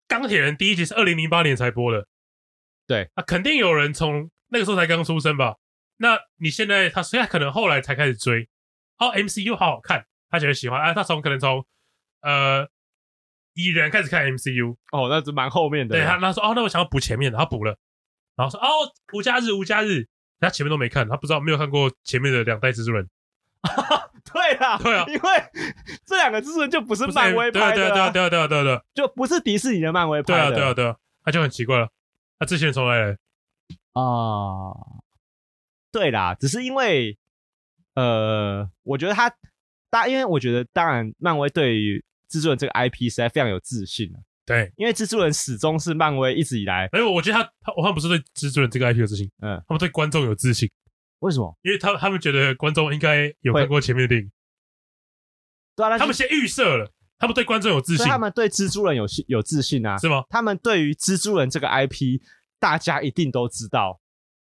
钢铁人第一集是二零零八年才播的，对啊，肯定有人从那个时候才刚出生吧？那你现在他虽然可能后来才开始追，哦，MCU 好好看，他觉得喜欢啊，他从可能从呃蚁人开始看 MCU，哦，那是蛮后面的。对他他说哦，那我想要补前面的，他补了，然后说哦，无家日无家日，他前面都没看，他不知道没有看过前面的两代蜘蛛人，对啦，对啊因为 这两个蜘蛛人就不是不是漫威对啊拍对的、啊对啊对啊对啊对啊对啊就不是迪士尼的漫威对拍啊的，对啊对啊，他就很奇怪了，他之前从哪里来？啊、对啦，只是因为，呃，我觉得他，大，因为我觉得，当然，漫威对于蜘蛛人这个 IP 实在非常有自信啊对，因为蜘蛛人始终是漫威一直以来，没有，我觉得他他我他们不是对蜘蛛人这个 IP 有自信，嗯，他们对观众有自信，为什么？因为他他们觉得观众应该有看过前面的电影，对啊，那他们先预设了，他们对观众有自所信以，他们对蜘蛛人有信有自信啊，是吗？他们对于蜘蛛人这个 IP，大家一定都知道，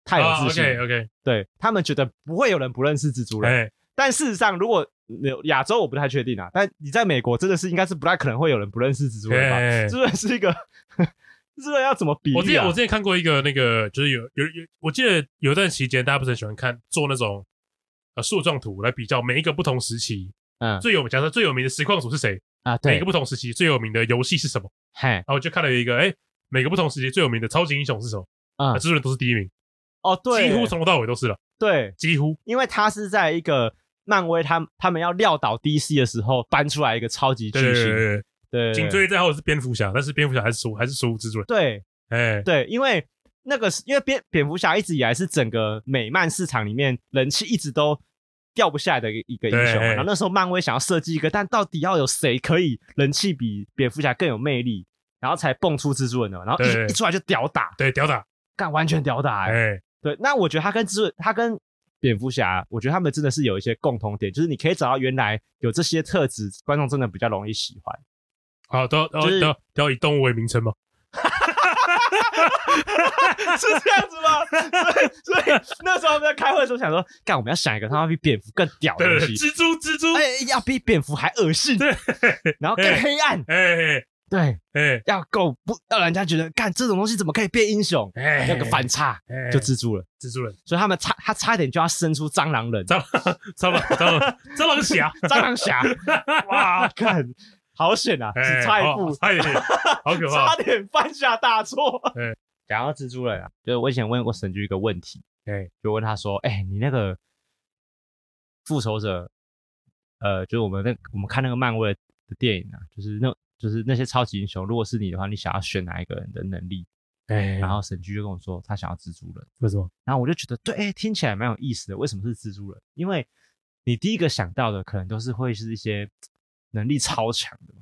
太有啊自信，OK 了，OK，对他们觉得不会有人不认识蜘蛛人，哎，但事实上，如果呃亚洲我不太确定啊，但你在美国真的是应该是不太可能会有人不认识蜘蛛人吧？哎蜘蛛人是一个， 蜘蛛人要怎么比我之喻前啊？我之前看过一个那个，就是有有有，我记得有一段期间大家不是很喜欢看做那种呃树状图来比较每一个不同时期嗯最有假设最有名的实况组是谁，啊，每对个，不同时期最有名的游戏是什么，嘿，然后我就看了一个，哎，每个不同时期最有名的超级英雄是什么，嗯啊，蜘蛛人都是第一名，哦，对，几乎从头到尾都是了，对，几乎。因为他是在一个漫威他他们要撂倒 DC 的时候搬出来一个超级巨对对对对，星，对，对紧，追在后是蝙蝠侠，但是蝙蝠侠还是输，还是输蜘蛛人。对哎，对，因为那个是因为蝙蝙蝠侠一直以来是整个美漫市场里面人气一直都掉不下来的一个一个英雄嘛。对然后那时候漫威想要设计一个，但到底要有谁可以人气比蝙蝠侠更有魅力，然后才蹦出蜘蛛人的嘛。然后对一一出来就屌打，对，屌打，干完全屌打、欸。哎，对，那我觉得他跟蜘蛛，他跟蝙蝠侠，我觉得他们真的是有一些共同点，就是你可以找到原来有这些特质，观众真的比较容易喜 欢。好，都都就是都都要以动物为名称嘛。是这样子吗？所以所以那时候我们在开会的时候想说，干我们要想一个他妈比蝙蝠更屌的对，对东对西，蜘蛛，蜘蛛，哎、要比蝙蝠还恶心，对，然后更黑暗， 哎对，哎要够不让人家觉得干这种东西怎么可以变英雄，哎，那个反差哎就蜘蛛了，蜘蛛人，所以他们差他差点就要生出蟑螂人、蟑螂，蟑螂，蟑螂，蟑螂侠，蟑螂 侠，哇，干好险啊，哎只差一好步，差一点，好可差怕。点犯下大 错哎。讲到蜘蛛人啊，就是我以前问过神剧一个问题，哎，就问他说：“哎、你那个复仇者，呃，就是我们那我们看那个漫威的电影啊，就是那就是那些超级英雄，如果是你的话，你想要选哪一个人的能力？” 哎，然后神剧就跟我说，他想要蜘蛛人。为什么？然后我就觉得，对，哎，听起来蛮有意思的。为什么是蜘蛛人？因为你第一个想到的可能都是会是一些能力超强的嘛。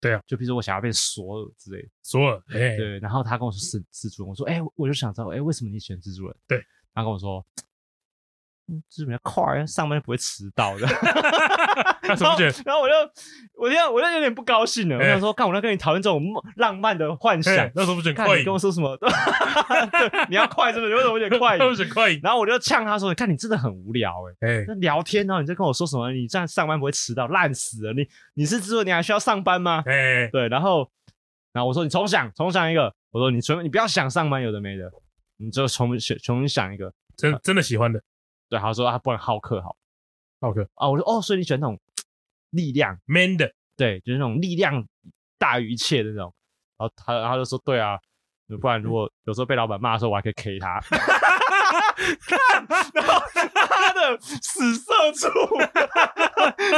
对啊，就比如说我想要变索尔之类的。索尔，哎，对，然后他跟我说是蜘蛛人，我说哎、我就想知道哎、为什么你选蜘蛛人？对，他跟我说，嗯，蜘蛛人比较快，上班就不会迟 到的。他怎么觉得？然后我就，我就，我就有点不高兴了。我哎想说，看我在跟你讨论这种梦浪漫的幻想哎，那时候不是很看快你瘾跟，我说什么？ 对，你要快是不是？为什么有点 快那瘾？不是很快瘾？然后我就呛他说：“你看你真的很无聊哎、哎，那聊天然后你在跟我说什么？你这样上班不会迟到，烂死了！你你是蜘蛛人，你还需要上班吗？哎，对，然后然后我说你重想，重想一个。我说你重，你不要想上班有的没的，你就重选重新想一个。真真的喜欢的，啊对，他说啊，不然浩克好浩克，啊。我说哦，所以你选那种力量， man 的，对，就是那种力量大于一切的那种。然后他他就说，对啊，不然如果有时候被老板骂的时候，我还可以 K 他。 看，然后他的死社 畜，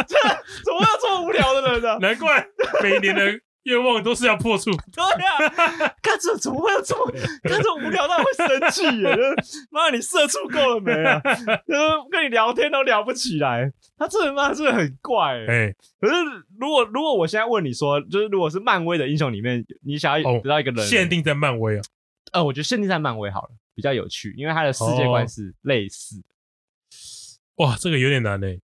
这怎么会有这么无聊的人呢、难 怪每年的愿望都是要破处。对呀， 看这怎么会有这么啊看这无聊到会生气耶？就是妈，你社畜够了没啊？ 就是跟你聊天都聊不起来，他这人妈真的很怪耶。哎，可是如果如果我现在问你说，就是如果是漫威的英雄里面，你想要哦得到一个人，限定在漫威啊，呃，我觉得限定在漫威好了，比较有趣，因为他的世界观哦是类似的，哇，这个有点难诶。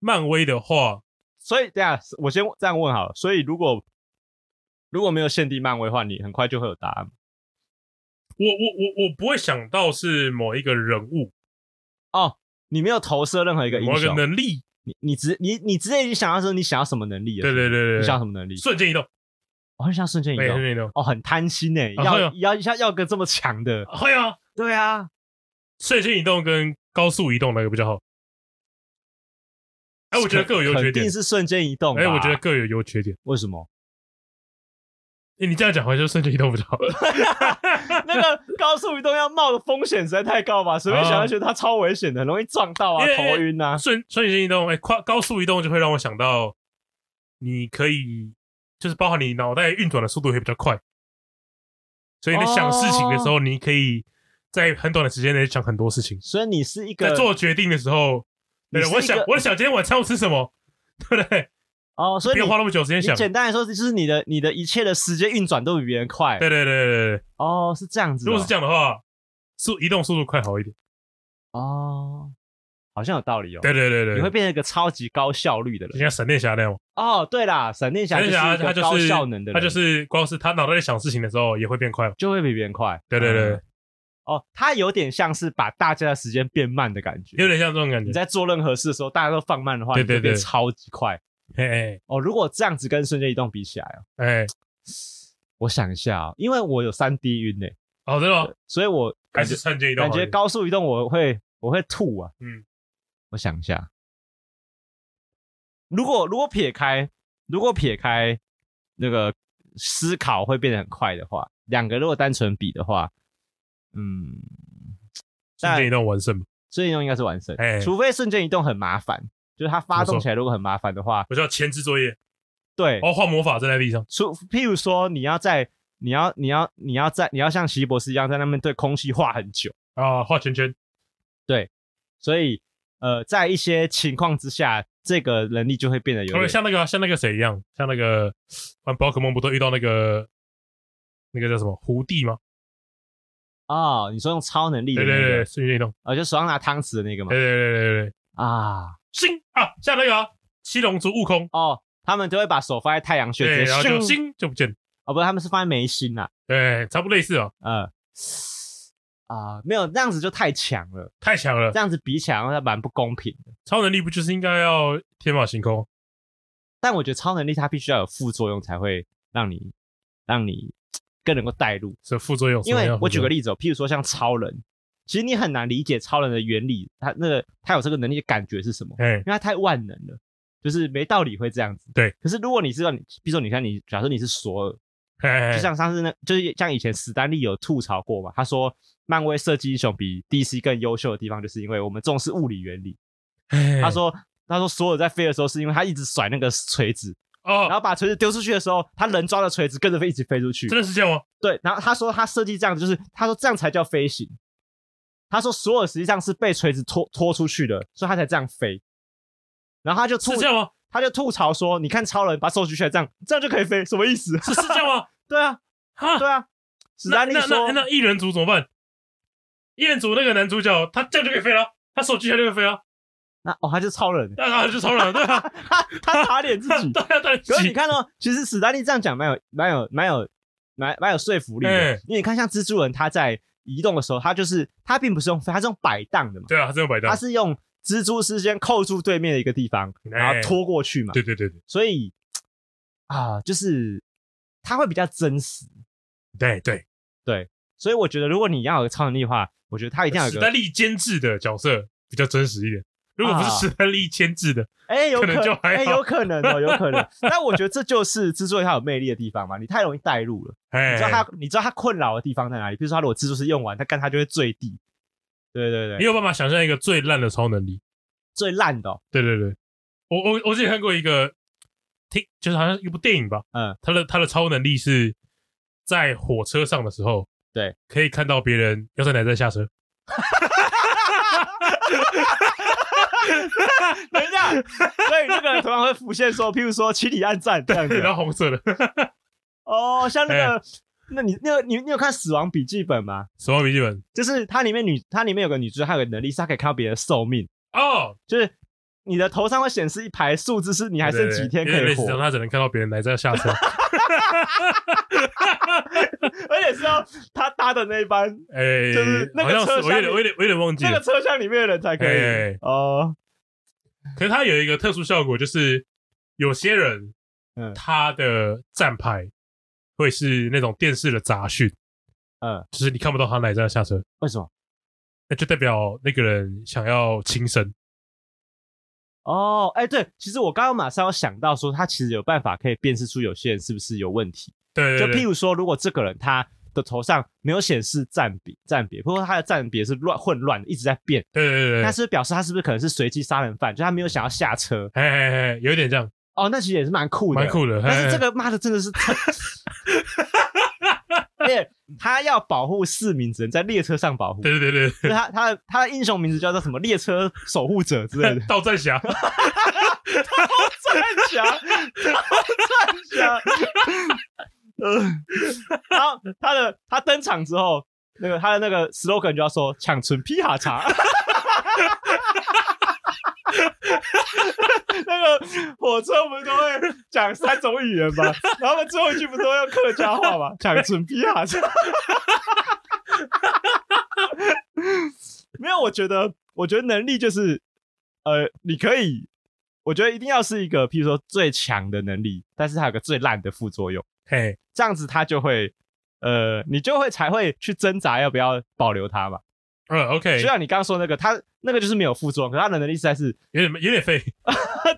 漫威的话，所以等一下我先这样问好了。所以如果如果没有限定漫威的话，你很快就会有答案吗我我我我不会想到是某一个人物，哦。你没有投射任何一个英某一个雄，能力，你你直你你直接已经想要说你想要什么能力了？对对对你对想对，要什么能力？瞬间移动，我很想瞬间移对，瞬动。间移动，哦，很贪心哎，啊要对啊要要要个这么强的。会啊，对啊，瞬间移动跟高速移动哪个比较好？哎，我觉得肯各有优缺肯点定。是瞬间移动吧。哎，我觉得各有优缺点。为什么？ 哎，你这样讲好像瞬间移动比较好。那个高速移动要冒的风险实在太高吧？随便想啊要觉得它超危险的，很容易撞到啊因，为头晕 啊。瞬瞬间移动，哎，快高速移动就会让我想到，你可以就是包含你脑袋运转的速度会比较快，所以你在想事情的时候，你可以在很短的时间内想很多事情。所以你是一在个做决定的时候，哦你对，是我一想个我想今天晚餐要吃什么，对不对？哦，所不以你用花那么久时间想你。简单来说，就是你的你的一切的时间运转都比别人快。对对对对对，哦，是这样子哦。如果是这样的话，速移动速度快好一点。哦，好像有道理哦。对对对对，你会变成一个超级高效率的就人。像闪电侠那样嘛。哦，对啦，闪电侠闪就是电一侠他个就高是效能的人，他就是光是他脑袋在想事情的时候也会变快嘛。就会比别人快。对对对嗯，哦，他有点像是把大家的时间变慢的感有觉。点像这种感你觉。在做任何事的时候，大家都放慢的话，对你就对对变超级快。哎哦，如果这样子跟瞬间移动比起来哦，哎哎，我想一下哦，因为我有三 D 晕呢，欸哦，真的吗？所以我还感觉是瞬间移动感好一觉点？高速移动我会我会吐啊。嗯，我想一下，如果如果撇开如果撇开那个思考会变得很快的话，两个如果单纯比的话，嗯，瞬间移动完胜嘛。瞬间移动应该是完胜，哎除非瞬间移动很麻烦，就是它发怎么动说起来如果很麻烦的话，我叫前置作业，对，哦，画魔法站在地上。除譬如说你要在你要你要你要在你要像奇异博士一样在那边对空气画很久，啊，画圈圈，所以呃，在一些情况之下，这个能力就会变得有会不会点像那个像那个谁一样，像那个玩宝可梦不都遇到那个那个叫什么胡弟吗？哦，你说用超能力的对那个，对对，瞬间移动，啊，就手上拿汤匙的那个嘛对，对对对对对，啊，星啊，像那个啊七龙珠悟空，哦，他们都会把手放在太阳穴，对，直接然后就咻星就不见了，哦，不，他们是放在眉心啊，对，差不多类似啊，呃，啊，没有，那样子就太强了，太强了这，样子比起来好像蛮不公平的。超能力不就是应该要天马行空？但我觉得超能力它必须要有副作用，才会让你让你更能够带入。这副作用，因为我举个例，例子、哦，譬如说像超人，其实你很难理解超人的原理，他那个他有这个能力的感觉是什么，哎，因为他太万能了，就是没道理会这样子。对，可是如果你是让你，比如说你像你，假设你是索尔，哎，就像上次那，就是像以前史丹利有吐槽过嘛，他说漫威设计英雄比 DC 更优秀的地方，就是因为我们重视物理原理。他他说，他说索尔在飞的时候，是因为他一直甩那个锤子，然哦，后把锤子丢出去的时候，他人抓着锤子跟着飞一起飞出去真。的是这样吗？对，然后他说他设计这样，就是他说这样才叫飞行。他说索尔实际上是被锤子拖拖出去的，所以他才这样飞。然后他就是吐，这样吗？他就吐槽说：“你看超人把手举起来，这样这样就可以飞，什么意思是是这样吗？？” 对啊，哈，对啊。史那丹利那那说那异人族怎么办？异人族那个男主角，他这样就可以飞了，他手举起来就可以飞了，：“那哦，他就是超 人，那他就超 人了，对啊吧？他他打脸自己。大家在一 可是你起，看哦，其实史丹利这样讲蛮有蛮有蛮有蛮蛮有说服力的，哎因为你看像蜘蛛人他在移动的时候，他就是他并不是用飞，他是用摆荡的嘛，对啊，他真的摆他荡，是用蜘蛛丝先扣住对面的一个地方，哎然后拖过去嘛，对对对对所以啊，就是他会比较真实。对对，所以我觉得，如果你要有超能力的话，我觉得他一定要有史个丹利监制的角色比较真实一点，如果不啊是史丹利监制的，哎，有可可能就还哎，好有可能哦，有可能。 但我觉得这就是制作它有魅力的地方嘛，你太容易带入了。哎，你知道他，你知道他困扰的地方在哪里？比如说他如果蜘蛛丝用完，他干他就会坠地。对对你对，有办法想象一个最烂的超能力？最 烂的哦、对对对，我我我之前看过一个，听就是好像一部电影吧，嗯，他的他的超能力是在火车上的时候，对，可以看到别人要在哪站下车，等一下，所以那个同样会浮现说，譬如说七里暗战这样子。然后哎红色的哦，像那个，那你那个你你有看《死亡笔记本》吗？死亡笔记本就是它里面女，它里面有个女主角，她有个能力是她可以看到别人的寿命，哦，就是你的头上会显示一排数字，是你还剩几天可对对对因为以类似这样活，他只能看到别人哪站下车，而且是要他搭的那一班哎， 就是那好个像车是厢我有点里我有点我有点忘记那个了，车厢里面的人才可以哎。哦，可是他有一个特殊效果，就是有些人嗯他的站牌会是那种电视的杂讯，嗯，就是你看不到他哪站下车。为什么？那就代表那个人想要轻生。哦，哎，对，其实我刚刚马上要想到说，他其实有办法可以辨识出有些人是不是有问题。对就对譬对，如说，如果这个人他的头上没有显示占比占比，或者他的占比是乱混乱的，一直在变，对对对那对，是不是表示他是不是可能是随机杀人犯？就他没有想要下车。哎哎哎，有一点这样，哦，那其实也是蛮酷的，蛮。酷的。但是嘿这，个妈的真的是， 而且他要保护市民，只能在列车上保护。嘿对对对就是他他的他的英雄名字叫做什么？列车守护者之类的对，。 倒站 侠，战侠，战侠。呃，然后他的他登场之后，那个他的那个 slogan 就要说“抢存皮哈茶”，那个火车不是都会讲三种语言吗？然后他们最后一句不是都用客家话吗？抢存皮哈茶。没有，我觉得，我觉得能力就是，呃，你可以，我觉得一定要是一个，譬如说最强的能力，但是它有个最烂的副作用，嘿，这样子它就会，呃，你就会才会去挣扎要不要保留它嘛。嗯，OK，就像你刚刚说那个，它那个就是没有副作用，可是它的能力实在是， 有点有点废。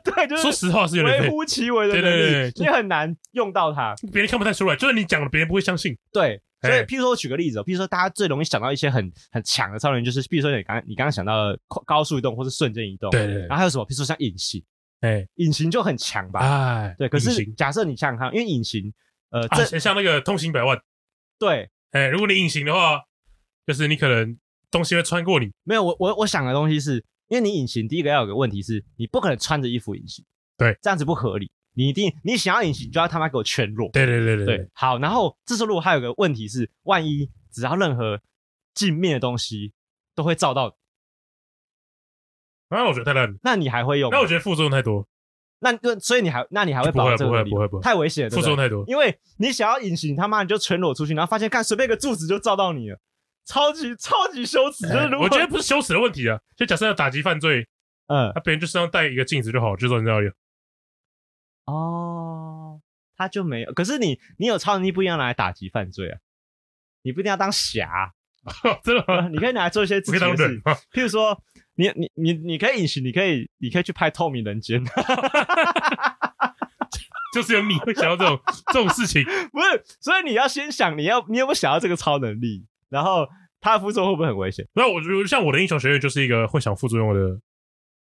对，就说是实话是有点微废，乎其微的能力，对对对对你很难用到它。别人看不太出来，就是你讲了，别人不会相信。对，所以哎譬如说，我举个例子哦，譬如说，大家最容易想到一些很很强的超能力，就是譬如说你刚你刚刚想到的快高速移动或是瞬间移动，对对对然后还有什么？譬如说像隐形，哎隐形就很强吧？哎，对，可隐是形假设你想想看，因为隐形，呃，啊，这像像那个通行百万，对哎，如果你隐形的话，就是你可能东西会穿过你。没有我我我想的东西是，因为你隐形，第一个要有个问题是你不可能穿着衣服隐形，对，这样子不合理。你一定你想要隐形，就要他妈给我全裸。对对对对，，好，然后这时候如果还有个问题是，万一只要任何镜面的东西都会照到，那我觉得太烂了，那你还会用吗？那我觉得副作用太多，那那所以你还那你还会就不保会留这个不会能力不会吗不会太危险了，对副不作用对？太多。因为你想要隐形，他妈你就全裸出去，然后发现看随便一个柱子就照到你了，超级超级羞耻。就是如果哎我觉得不是羞耻的问题啊，就假设要打击犯罪，啊嗯那别人就身上带一个镜子就好，就知道你在哪里了。哦，他就没有。可是你你有超能力不一样拿来打击犯罪啊，你不一定要 当侠， 真的吗？你可以拿来做一些我 自可己以当的事人 情，吗？譬如说。你你你你可以隐形，你可以你可以去拍《透明人间》， 就是有你会想到这种 这种事情，不是？所以你要先想，你要你有没有想要这个超能力？然后它的副作用会不会很危险？那我就像我的英雄学院就是一个会想副作用的，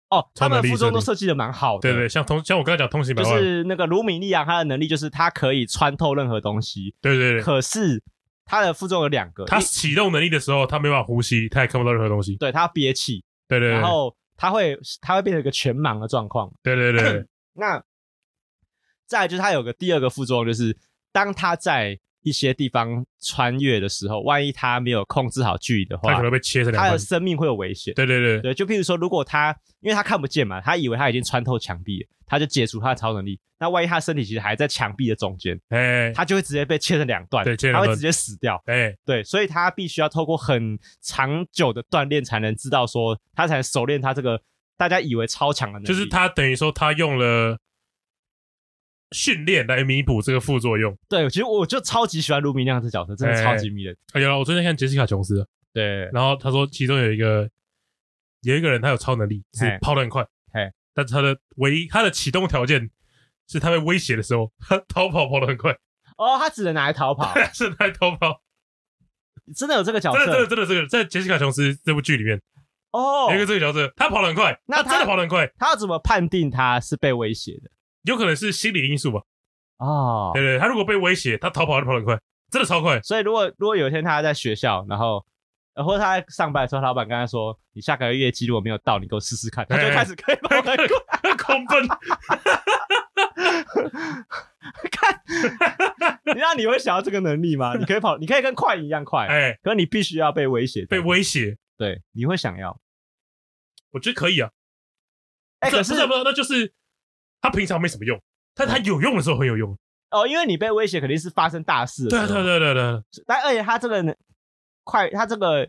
哦，超他们能的力副作用设定都设计的蛮好的，对对，像通像我刚才讲通行百就万，是那个卢米利亚，他的能力就是他可以穿透任何东西，对对对，可是他的副作用有两个，他一启动能力的时候，他没办法呼吸，他也看不到任何东西，对他憋气，对对然后他会他会变成一个全盲的状况。对对对 对，那再来就是他有个第二个副作用，就是当他在一些地方穿越的时候，万一他没有控制好距离的他可话能，被切成两他半的，生命会有危险。对对对，对，就譬如说，如果他因为他看不见嘛，他以为他已经穿透墙壁了，他就解除他的超能力。那万一他身体其实还在墙壁的中间，哎他就会直接被切成两段，对切成他两会段直接死掉。哎，对，所以他必须要透过很长久的锻炼，才能知道说他才能熟练他这个大家以为超强的能力。就是他等于说他用了训练来弥补这个副作用。对，其实我就超级喜欢卢米那样子角色，真的哎超级迷人。啊哎呀，我最近看杰西卡琼斯，对，然后他说其中有一个有一个人他有超能力，嘿是跑得很快嘿，但是他的唯一他的启动条件是他被威胁的时候，他逃跑跑得很快，哦，他只能拿来 逃跑，但是他逃跑，真的有这个角真的真的色真的这个在杰西卡琼斯这部剧里面哦有。一个这个角色，他跑得很快，那他他真的跑得很快，他要怎么判定他是被威胁的有可能是心理因素吧？哦，对对，对他如果被威胁，他逃跑他跑得很快，真的超快， 所以如果如果有一天他在学校，然后呃或者他在上班的时候，老板跟他说：“你下个月业绩如果没有到，你给我试试看。”他就嘿开始可以 跑很快。狂 奔，你让你会想要这个能力吗？你可以跑，你可以跟快一样快，哎，可是你必须要被威胁。被威胁，对，你会想要。我觉得可以啊。哎，这可不是哎是不是，那就是他平常没什么用，但他有用的时候很有用。哦，因为你被威胁肯定是哦发生大事的时对啊候。对啊对啊对啊对啊，但而且他这个能快，他这个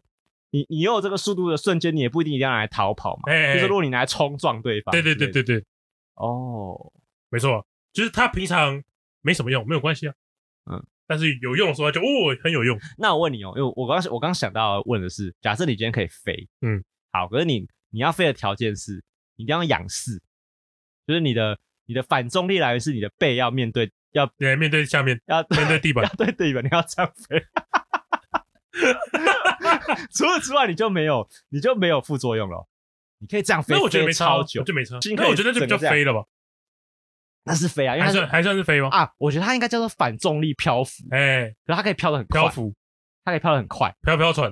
你你有这个速度的瞬间，你也不一定一定要拿来逃跑嘛。哎哎就是如果你拿来冲撞对方之对类的，对对对对，哦，没错，就是他平常没什么用，没有关系啊。嗯，但是有用的时候他就哦很有用，那我问你哦，因为我刚我刚想到问的是，假设你今天可以飞，嗯，好，可是你你要飞的条件是，你一定要仰视，就是你的你的反重力来源是你的背要面对，要对，面对下面，要面对地板 要，对地板，你要这样飞。 除此之外，你就没有你就没有副作用了。你可以这样飞，那我觉得没飞差啊，超我久觉，得没差心。可以那我觉得就比较整个这样飞了吧，那是飞啊，因还为它算是还算是飞吗？啊，我觉得它应该叫做反重力漂浮，哎，可是它可以飘得很快漂，浮它可以飘得很快，飘飘船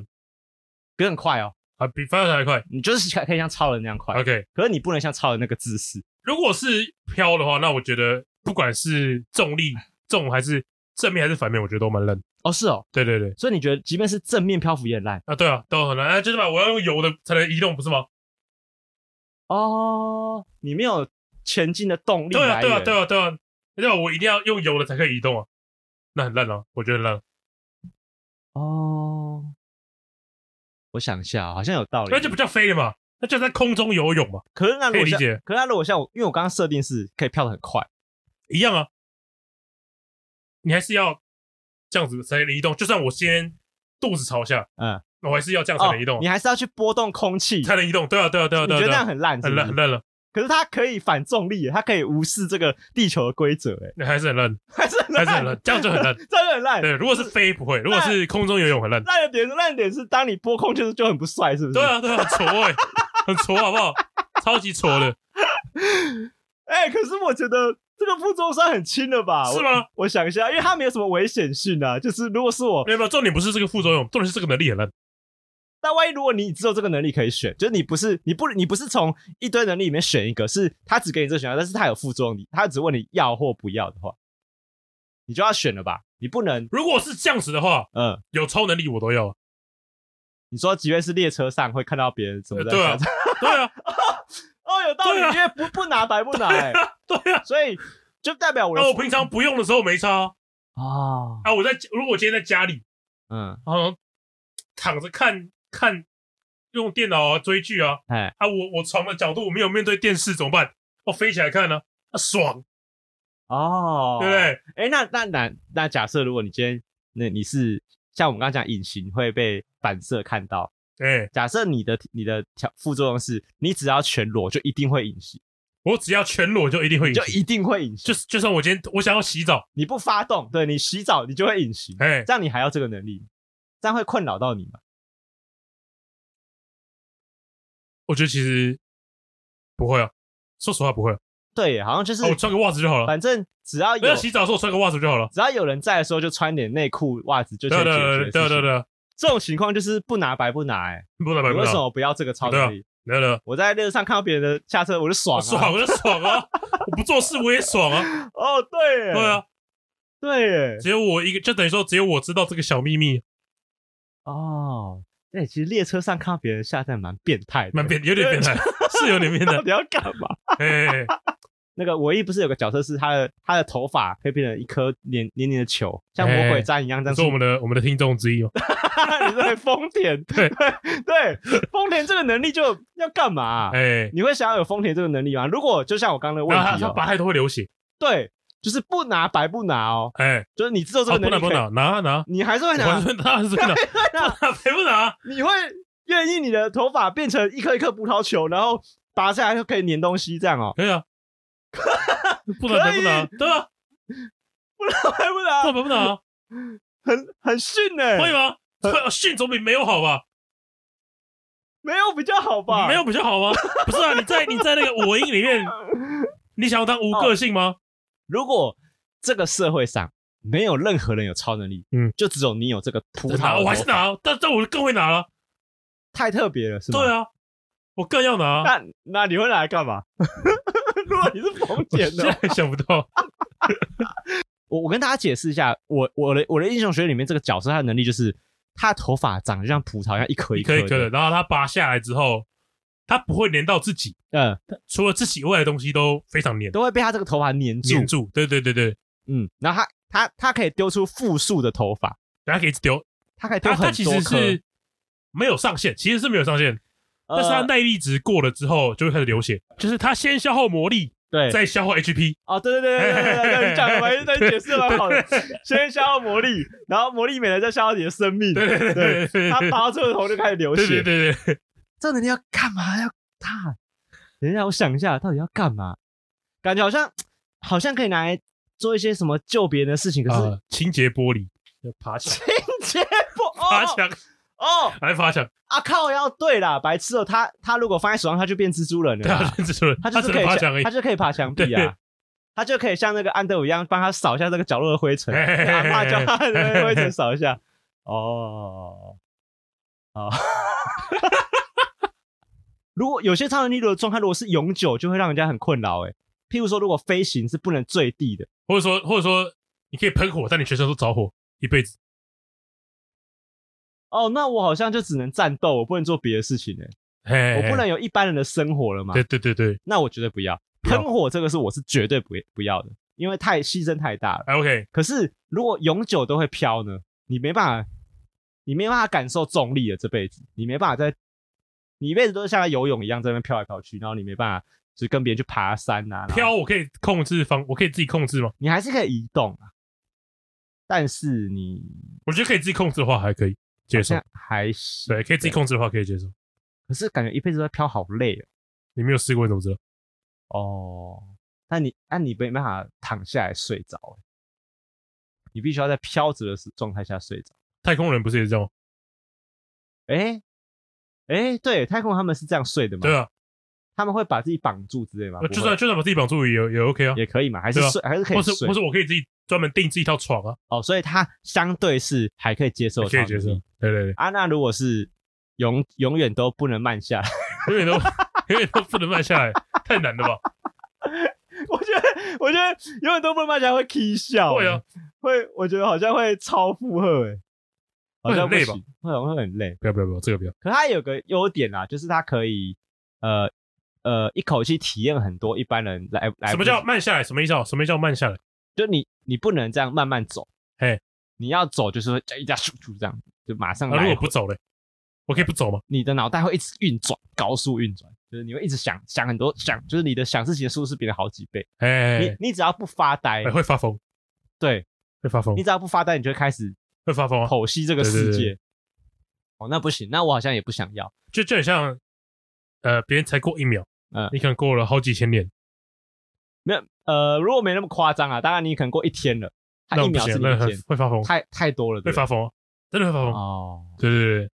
可是很快哦，啊，比飞船还快。你就是可以像超人那样快， OK，可是你不能像超人那个姿势。如果是飘的话，那我觉得不管是重力重还是正面还是反面，我觉得都蛮烂。哦，是哦，对对对。所以你觉得即便是正面漂浮也很烂啊，对啊，都很难，啊，就是吧，我要用油的才能移动，不是吗？哦，你没有前进的动力对啊，来源。对啊，对啊，啊，对啊，对啊，我一定要用油的才可以移动啊，那很烂啊，我觉得很烂，哦，我想一下啊，好像有道理那。就不叫飞了嘛，那就在空中游泳嘛，可是那如可以果理像，解可是那如果像我，因为我刚刚设定是可以飘得很快，一样啊，你还是要这样子才能移动，就算我先肚子朝下，嗯，我还是要这样才哦能移动你啊，还是要去波动空气。才能移动，对啊，对啊，对啊，你对啊，觉得对那啊样很烂是很不是？烂，很烂了，可是它可以反重力耶，它可以无视这个地球的规则，哎，那还是很烂，还是很还烂，，是很烂，这样就很烂 真的很烂。对，如果是飞不会，如果是空中游泳很烂，烂的点，烂的点是当你波空就是就很不帅，是不是？对。啊，对啊，很挫哎，很挫好不好？超级挫的。哎、可是我觉得这个负重伤很轻了吧？是吗我？我想一下，因为它没有什么危险性啊。就是如果是我没，有没有，重点不是这个副作用，重点是这个能力很烂。但万一如果你只有这个能力可以选，就是你不是你不你不是从一堆能力里面选一个，是他只给你这个选项，但是他有副作用，你他只问你要或不要的话，你就要选了吧？你不能，如果是这样子的话，嗯，有超能力我都要。你说即便是列车上会看到别人怎么呃在对啊想， 对啊，哦，有道理，对啊因为不不拿白不拿、哎、对啊。所以就代表我的那我平常不用的时候没差啊。哦，啊我在如果我今天在家里，嗯，然后躺着看看用电脑啊追剧啊，哎，啊我我床的角度我没有面对电视怎么办？我飞起来看呢、啊，爽，哦，对不对？哎、那那那那假设，如果你今天那你是像我们刚刚讲隐形会被反射看到，哎、假设你的你的条副作用是你只要全裸就一定会隐形，我只要全裸就一定会你赢就。一定会隐形，就就算我今天我想要洗澡，你不发动，对你洗澡你就会隐形，哎、这样你还要这个能力，这样会困扰到你吗？我觉得其实不会啊，说实话不会、啊，对耶，好像就是啊我穿个袜子就好了。反正只要没有有洗澡的时候我穿个袜子就好了。只要有人在的时候就穿点内裤袜子就可对以啊解对决啊对啊对啊的事对啊情。对啊，这种情况就是不拿白不拿，哎，不能买你不为能什。么不要这个超能力？没有了，我在列车上看到别人的下车我就爽我啊，哦爽我就爽啊！我不做事我也爽啊！哦，对耶，对啊，对耶，只有我一个，就等于说只有我知道这个小秘密，哦，哎、其实列车上看到别人下站蛮变态的，蛮变，有点变态，是有点变对。态 到。底要干嘛？ 哎，那个唯一不是有个角色是他的他的头发可以变成一颗黏黏黏的球，像魔鬼毡一样这样是出。我们的我们的听众之一吗？ 哦你对丰田， 对对，丰田这个能力就要干嘛啊、哎，啊你会想要有丰田这个能力吗？如果就像我刚刚的问然后他题、他哦，拔太多会流血，对，就是不拿白不拿哦，哎，就是你知道这啊个不能拿力不可以，拿拿啊拿，你还是会我拿，还是拿还是拿，不拿拿赔不拿？你会愿意你的头发变成一颗一颗葡萄球，然后拔下来就可以粘东西，这样哦、 可以啊，不能拿可以不拿，对啊，不然还不然不能不拿啊，很很逊呢、可以吗？哎这训总比没有好 吧？没有比较好吧？没有比较好吗？不是啊，你在你在那个五音里 面，你想要当无个性哦吗？如果这个社会上没有任何人有超能力，嗯嗯，就只有你有这个葡拿，萄，我还是，拿，但但我更会拿了。太特别了，是吗？哎对啊，我更要拿。那那你会拿来干嘛？ 如果你是冯我姐现的话，在想不到，我我跟大家解释一下，我我的我的英雄学院里面这个角色他的能力就是，他的头发长得像葡萄一样一颗一颗颗一颗的，的，然后它拔下来之后，它不会连到自己，嗯，除了自己以外的东西都非常黏都会被他这个头发粘住，黏住。对对对对，嗯，然后他他他可以丢出复数的头发，然后可以一直丢。他可以丢它它很其多实颗，是没有上限，其实是没有上限，但是它呃耐力值过了之后就会开始流血，就是它先消耗魔力，对再消耗 HP。哦，对对对对对对对，你讲的蛮，对，解释的蛮 好的。先消耗魔力，然后魔力没了再消耗你的生命。对对对对，他拔到最后头就开始流血。对对对对，这能力要干嘛？要他？等一下，我想一下，到底要干嘛？感觉好像好像可以拿来做一些什么救别人的事情，可是啊，清洁玻璃，爬 墙，结不爬哦墙，哦还爬墙，啊靠！要对啦，白痴哦，他他如果放在手上，他就变蜘蛛人了对啊啦，，蜘蛛人，他他就只是可能以爬墙而已他。就可以爬墙壁对啊。他就可以像那个安德鲁一样，帮他扫一下这个角落的灰尘，嘿嘿嘿然后把嘿嘿角落的灰尘扫一下。哦，哦， 如果有些超能力的状态，如果是永久，就会让人家很困扰。哎，譬如说，如果飞行是不能坠地的，或者说，或者说，你可以喷火，但你全身都着火，一辈子。哦，那我好像就只能战斗，我不能做别的事情哎，嘿，我不能。有一般人的生活了嘛对？对对对，那我绝对不要不要喷火，这个是我是绝对不不要的，因为太牺牲太大了。哎，OK，可是如果永久都会飘呢，你没办法，你没办法感受重力了。这辈子你没办法在，你一辈子都是像在游泳一样在那边飘来飘去，然后你没办法就是跟别人去爬山啊，然后飘我可以控制方，我可以自己控制吗？你还是可以移动啊。但是你我觉得可以自己控制的话还可以接好受像，还行，对，可以自己控制的话可以接受。可是感觉一辈子都在飘，好累你没有试过，你怎么知道？哦。哦，那你那你没办法躺下来睡着、欸你必须要在飘着的时状态下睡着。太空人不是也是这样吗？哎、哎、对，太空他们是这样睡的吗？对啊，他们会把自己绑住之类吗？呃就啊不算会就算把自己绑住也也 OK 啊，也可以嘛，还是对啊睡还是可或以是睡或是我可以自己专门订制一套床啊，哦，所以它相对是还可以接受的可超以能力，接受。对对对，啊。那如果是永永远都不能慢下来， 永远都永远都不能慢下来，太难了吧？我觉得我觉得永远都不能慢下来会 k 笑、欸会啊，会我觉得好像会超负荷哎、好像会很累不行？会很会很累。不要不要不要，这个不要。可它有个优点啊，就是它可以呃呃一口气体验很多一般人来来什不么及叫慢下来？什么意思啊？什么叫慢下来？就你你不能这样慢慢走，嘿，你要走就是会一下咻咻这样，就马上那、来啊如回。果不走嘞，我可以不走吗？你的脑袋会一直运转，高速运转，就是你会一直想想很多想，就是你的想事情的速度是别人好几倍。哎、你你只要不发哎，呆会发疯，对会发疯你，只要不发呆，你就会开始会发疯啊！剖析这个对对世对界。哦，那不行，那我好像也不想要。就就很像，呃，别人才过一秒，嗯你可能过了好几千年，没有，呃，如果没那么夸张啊，当然你可能过一天了，它那啊一我不秒行是，那一很天，会发疯，太太多了，会对吧发疯啊，真的会发疯。哦，对对对，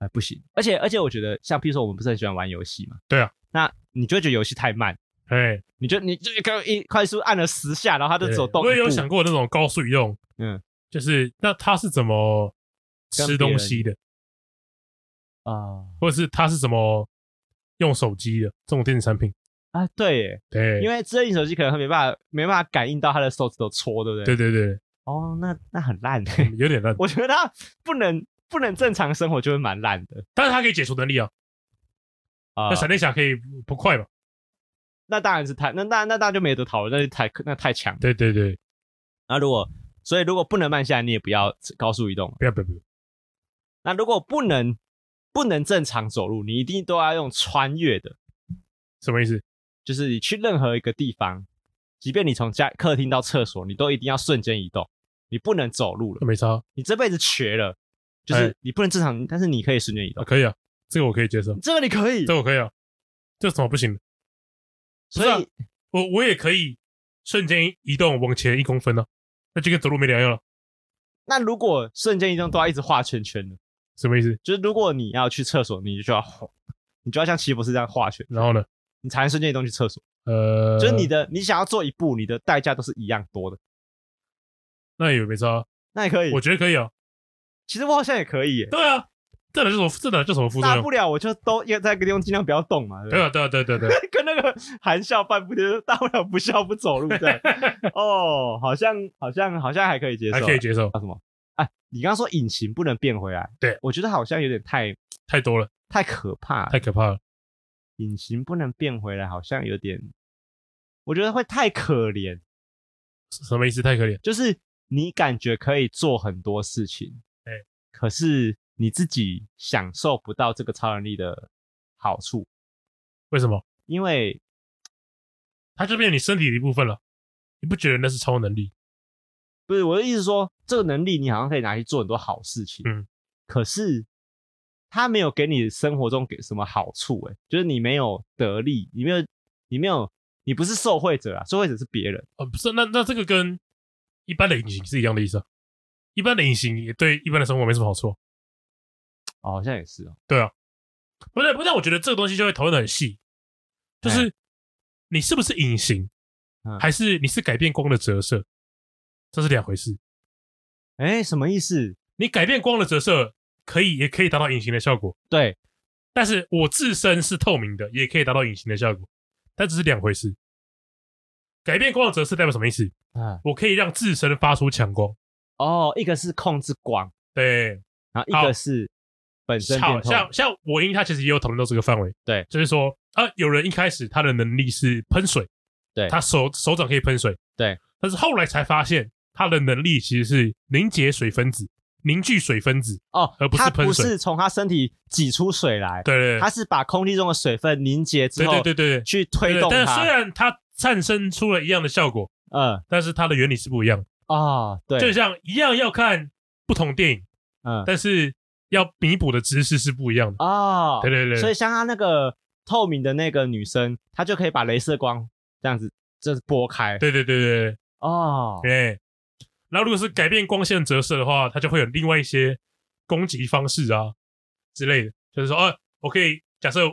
哎，不行。而且而且，我觉得像譬如说，我们不是很喜欢玩游戏嘛？对啊。那你就会觉得游戏太慢，对哎，你就你就刚一快速按了十下，然后它就对走动一步。我也有想过那种高速移动，嗯，就是那他是怎么跟吃别东人西的，啊、或者是他是怎么用手机的这种电子产品？啊，对耶，对，因为智能型手机可能没办法没办法感应到他的手指头戳，对不对对？对对，哦，那那很烂。欸嗯有点烂， 我觉得他不能不能正常生活就会蛮烂的但是他可以解除能力啊，啊、那闪电侠可以不快嘛？那当然是太那那那当然就没得讨论，那就太那太强了。对对对，那如果所以如果不能慢下来，你也不要高速移动了。不要不要不要，那如果不能不能正常走路，你一定都要用穿越的，什么意思？就是你去任何一个地方，即便你从家客厅到厕所，你都一定要瞬间移动，你不能走路了那，没差，啊你这辈子瘸了，就是哎你不能正常，但是你可以瞬间移啊动，可以啊， 这个我可以接受，这个你可以这，个我可以啊，这有什么不行的？所不是啊以我我也可以瞬间移动往前一公分呢、啊，那就跟走路没两样了，那如果瞬间移动都要一直画圈圈呢？什么意思？就是如果你要去厕所，你就要画，你就要像齐博士这样画圈，然后呢？你才能瞬间移动去厕所。呃，就是你的，你想要做一步，你的代价都是一样多的。那也没差啊，那也可以我，觉得可以啊，其实我好像也可以耶，对啊，这哪是什么这哪是什么副作大用不？了我就都要在一个地方尽量不要动嘛，对不对对？啊，对啊，对啊对啊对啊， 跟那个含笑半步的，大不了不笑不走路 这样。哦，好像好像好像还可以接受，啊还可以接受，叫什么？哎，你刚刚说引擎不能变回来，对我觉得好像有点太太多了，太可怕了太。可怕了。隐形不能变回来，好像有点，我觉得会太可怜。什么意思？太可怜。就是你感觉可以做很多事情，对，可是你自己享受不到这个超能力的好处，为什么？因为它就变成你身体的一部分了，你不觉得那是超能力？不是我的意思是说，这个能力你好像可以拿去做很多好事情，嗯，可是它没有给你生活中给什么好处、欸，就是你没有得利，你没有，你没有，你不是受惠者啊，受惠者是别人。呃，不是，那那这个跟一般的隐形是一样的意思啊。一般的隐形也对一般的生活没什么好处啊。哦，好像也是哦，不对，不但我觉得这个东西就会讨论的很细，就是你是不是隐形，嗯还是你是改变光的折射，这是两回事。哎，什么意思？你改变光的折射可以，也可以达到隐形的效果，对，但是我自身是透明的，也可以达到隐形的效果，但这是两回事。改变光的折射代表什么意思？啊，我可以让自身发出强光，哦，一个是控制光，对，然后一好个是本身好变透像明。像我英他其实也有讨论到这个范围，对就是说啊，有人一开始他的能力是喷水，对他手手掌可以喷水，对，但是后来才发现他的能力其实是凝结水分子，凝聚水分子，哦，而不是它喷不水是从他身体挤出水来，对对它是把空气中的水分凝结之对后，对对对对去对推对动但虽它。然它产生出了一样的效果，嗯，但是它的原理是不一样的，哦，就对，像一样要看不同电影，嗯，但是要弥补的知识是不一样的，哦，对对对对所以像他那个透明的那个女生，她就可以把镭射光这样子就是拨开。对对对对对。哦，哎、然后如果是改变光线折射的话，它就会有另外一些攻击方式啊之类的，就是说，啊，我可以假设，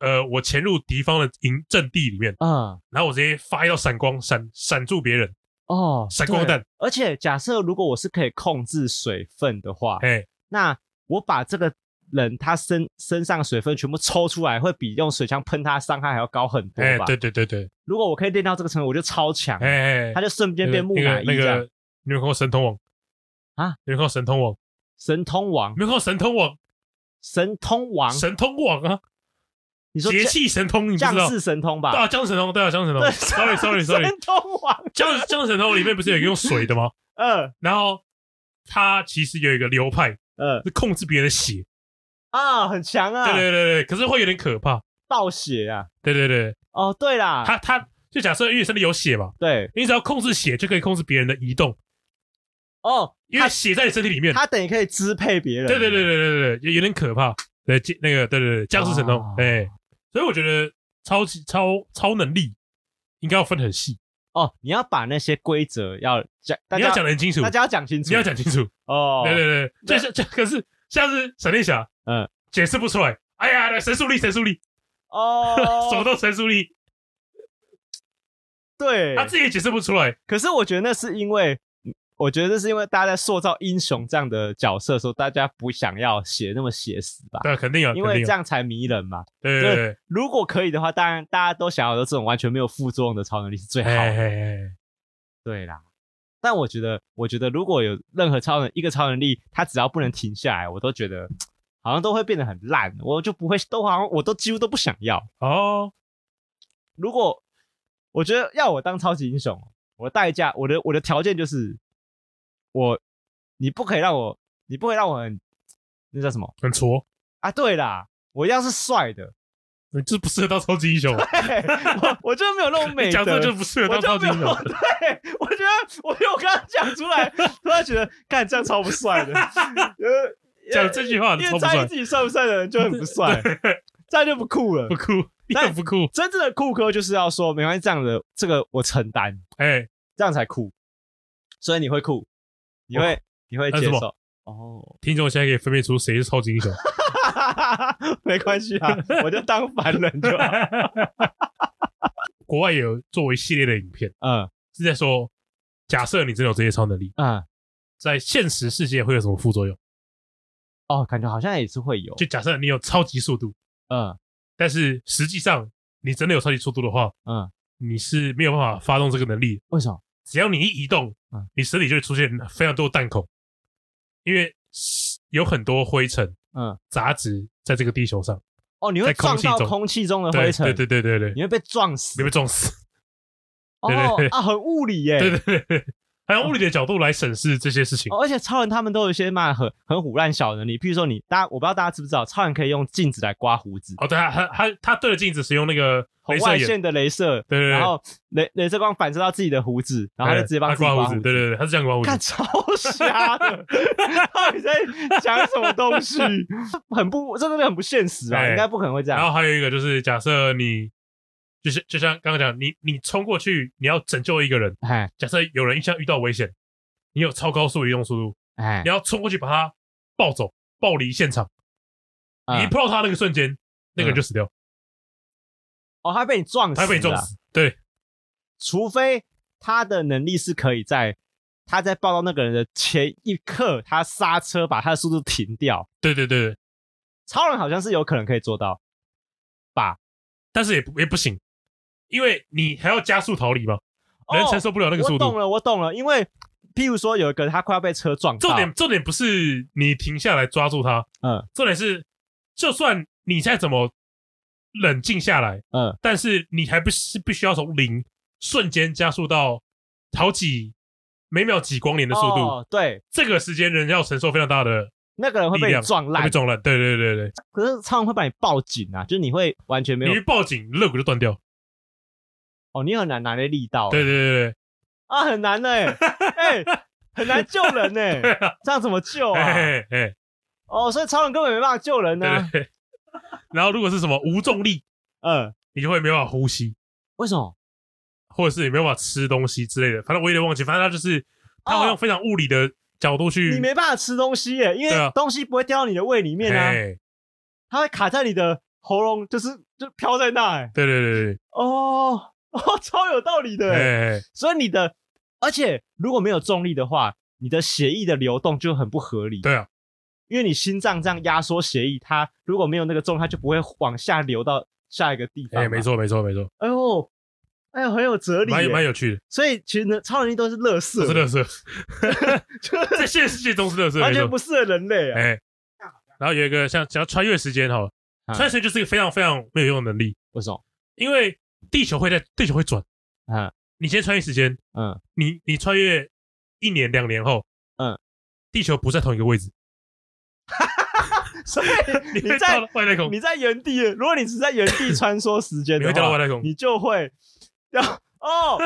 呃，我潜入敌方的营阵地里面，嗯，然后我直接发一道闪光，闪闪住别人，哦，闪光对弹。而且假设如果我是可以控制水分的话，哎、那我把这个人他身身上的水分全部抽出来，会比用水枪喷他伤害还要高很多哎、吧？对对对对，如果我可以练到这个程度，我就超强，哎、哎，他就瞬间那变个木乃伊啊那这个样。那个，你有没有看过神通网啊？你有没有看过神通网？神通王你，有没有看过神通网？神通王，神通网啊，你说节将气神通，你不知道将？士神通对吧？啊，江神通，对啊，江神通。对 Sorry Sorry Sorry， 神通王，江江神通里面不是有一个用水的吗？嗯然后他其实有一个流派嗯是控制别人的血，啊，很强啊对，对对对，可是会有点可怕，暴血啊！对对对，哦，对啦，他他就假设因为你身体有血嘛，对你只要控制血就可以控制别人的移动，哦，因为血在你身体里面，他等于可以支配别人。对对对对对对，有有点可怕，对，接那个对对对，僵尸神通哦，哎，所以我觉得超级超超能力应该要分得很细，哦，你要把那些规则要讲，大你家要讲得很清楚大，家要讲清楚，你要讲清楚，哦，对对对，就是就可是像是闪电侠，嗯，解释不出来，哎呀，神速力神速力，，哦 什么都神速力。对，他自己也解释不出来。可是我觉得那是因为，嗯我觉得这是因为大家在塑造英雄这样的角色的时候，大家不想要写那么写实吧，对，肯定啊，因肯为定这啊样才迷人嘛。对对对，如果可以的话，当然大家都想要有这种完全没有副作用的超能力是最好哎的。哎哎，对啦，但我觉得，我觉得如果有任何超能一个超能力，它只要不能停下来，我都觉得好像都会变得很烂，我就不会，都好像我都几乎都不想要。哦，如果我觉得要我当超级英雄，我的代价，我的我的条件就是，我你不可以让我，你不可以让我很那叫什么很挫，啊？对啦，我要是帅的， 你这不适合当超级英雄，嘿我我就没有那种美你讲德，这就不 适合我当超就级没有英雄。对，我觉得我我刚刚讲出来，突然觉得干这样超不帅的，呃，讲这句话因超为不在意帅，自己帅不帅的人就很不帅，这样就不酷了不。酷，你很不酷。真正的酷哥就是要说，没关系，这样的这个我承担，哎，这样才酷。所以你会酷，你会你会那接什么受哦， 听众现在可以分辨出谁是超级英雄。没关系啊，我就当凡人就 好。国外也有作为系列的影片，嗯是在说，假设你真的有这些超能力，嗯，在现实世界会有什么副作用？哦，感觉好像也是会有，就假设你有超级速度，嗯但是实际上你真的有超级速度的话，嗯，你是没有办法发动这个能力的。为什么？只要你一移动嗯，你身体就会出现非常多的弹孔，因为有很多灰尘、嗯，杂质在这个地球上，哦，你会在空撞气到中空气中的对灰尘，对对对对对，你会被撞死你。被撞死。对对哦对啊，很物理 耶。对对对对，还用物理的角度来审视这些事情。哦而且超人他们都有一些嘛很很虎烂小能力，譬如说你大家我不知道大家知不知道，超人可以用镜子来刮胡子，哦，对啊，他他他对着镜子使用那个红镭外射眼，线的镭射，对对对，然后镭镭射光反射到自己的胡子，然后他就对直接帮他自己刮刮胡子，子，对对对，他是这样刮胡子看。超瞎的，到底在讲什么东西？很不，这真的很不现实啊，哎应该不可能会这然样。后还有一个就是，假设你就是就像刚刚讲，你你冲过去，你要拯救一个人，哎假设有人一下遇到危险，你有超高速移动速度，哎你，要冲过去把他抱走，抱离现场，你一嗯碰到他那个瞬间，那个人就死掉，哦，他被你撞死，他被你撞，死。对除非他的能力是可以在他在抱到那个人的前一刻，他刹车把他的速度停掉。对对对对，超人好像是有可能可以做到，但是也不也不行，因为你还要加速逃离嘛，人哦承受不了那个速我懂度。了，我懂了，因为譬如说有一个他快要被车撞到，重点重点不是你停下来抓住他，嗯重点是就算你再怎么冷静下来，嗯，但是你还不是必须要从零瞬间加速到好几每秒几光年的速度，哦，对，这个时间人要承受非常大的那个人会力被量，你撞会烂被，撞烂。对对对对，可是超人会把你报警啊，就是你会完全没有你一报警，肋骨就断掉。哦，你很难拿捏力道，对对对啊，很难呢、哎、很难救人对呢、对，这样怎么救啊？哎哎，哦，所以超人根本没办法救人呢、对对。 然后如果是什么无重力，嗯，你就会没办法呼吸，为什么？或者是你没办法吃东西之类的。反正我有点忘记，反正他就是他会用非常物理的角度去，你没办法吃东西耶、因嗯对为啊东西不会掉到你的胃里面啊，哎它会卡在你的喉咙，就是就飘在那、哎，对对对对哦 哦，超有道理的、对，哎哎，哎所以你的，而且如果没有重力的话，你的血液的流动就很不合理。对啊，因为你心脏这样压缩血液，它如果没有那个重，它就不会往下流到下一个地方。哎，没。错没错没错，哎呦，哎呦，很有哲理蛮蛮耶。有趣的，所以其实呢，超能力都是乐都色，是乐色。 在现实世界中是乐色，完没全错不适合人类啊。哎，然后有一个像想要穿越时间哈，啊穿越时间就是一个非常非常没有用的能力，为什么？因为地球会在地球会转，嗯你先穿越时间，嗯， 你你穿越一年两年后，嗯，地球不在同一个位置，所以你你会在到外太空，你在原地，如果你只在原地穿梭时间你的会掉到外话，太空，你就会要哦，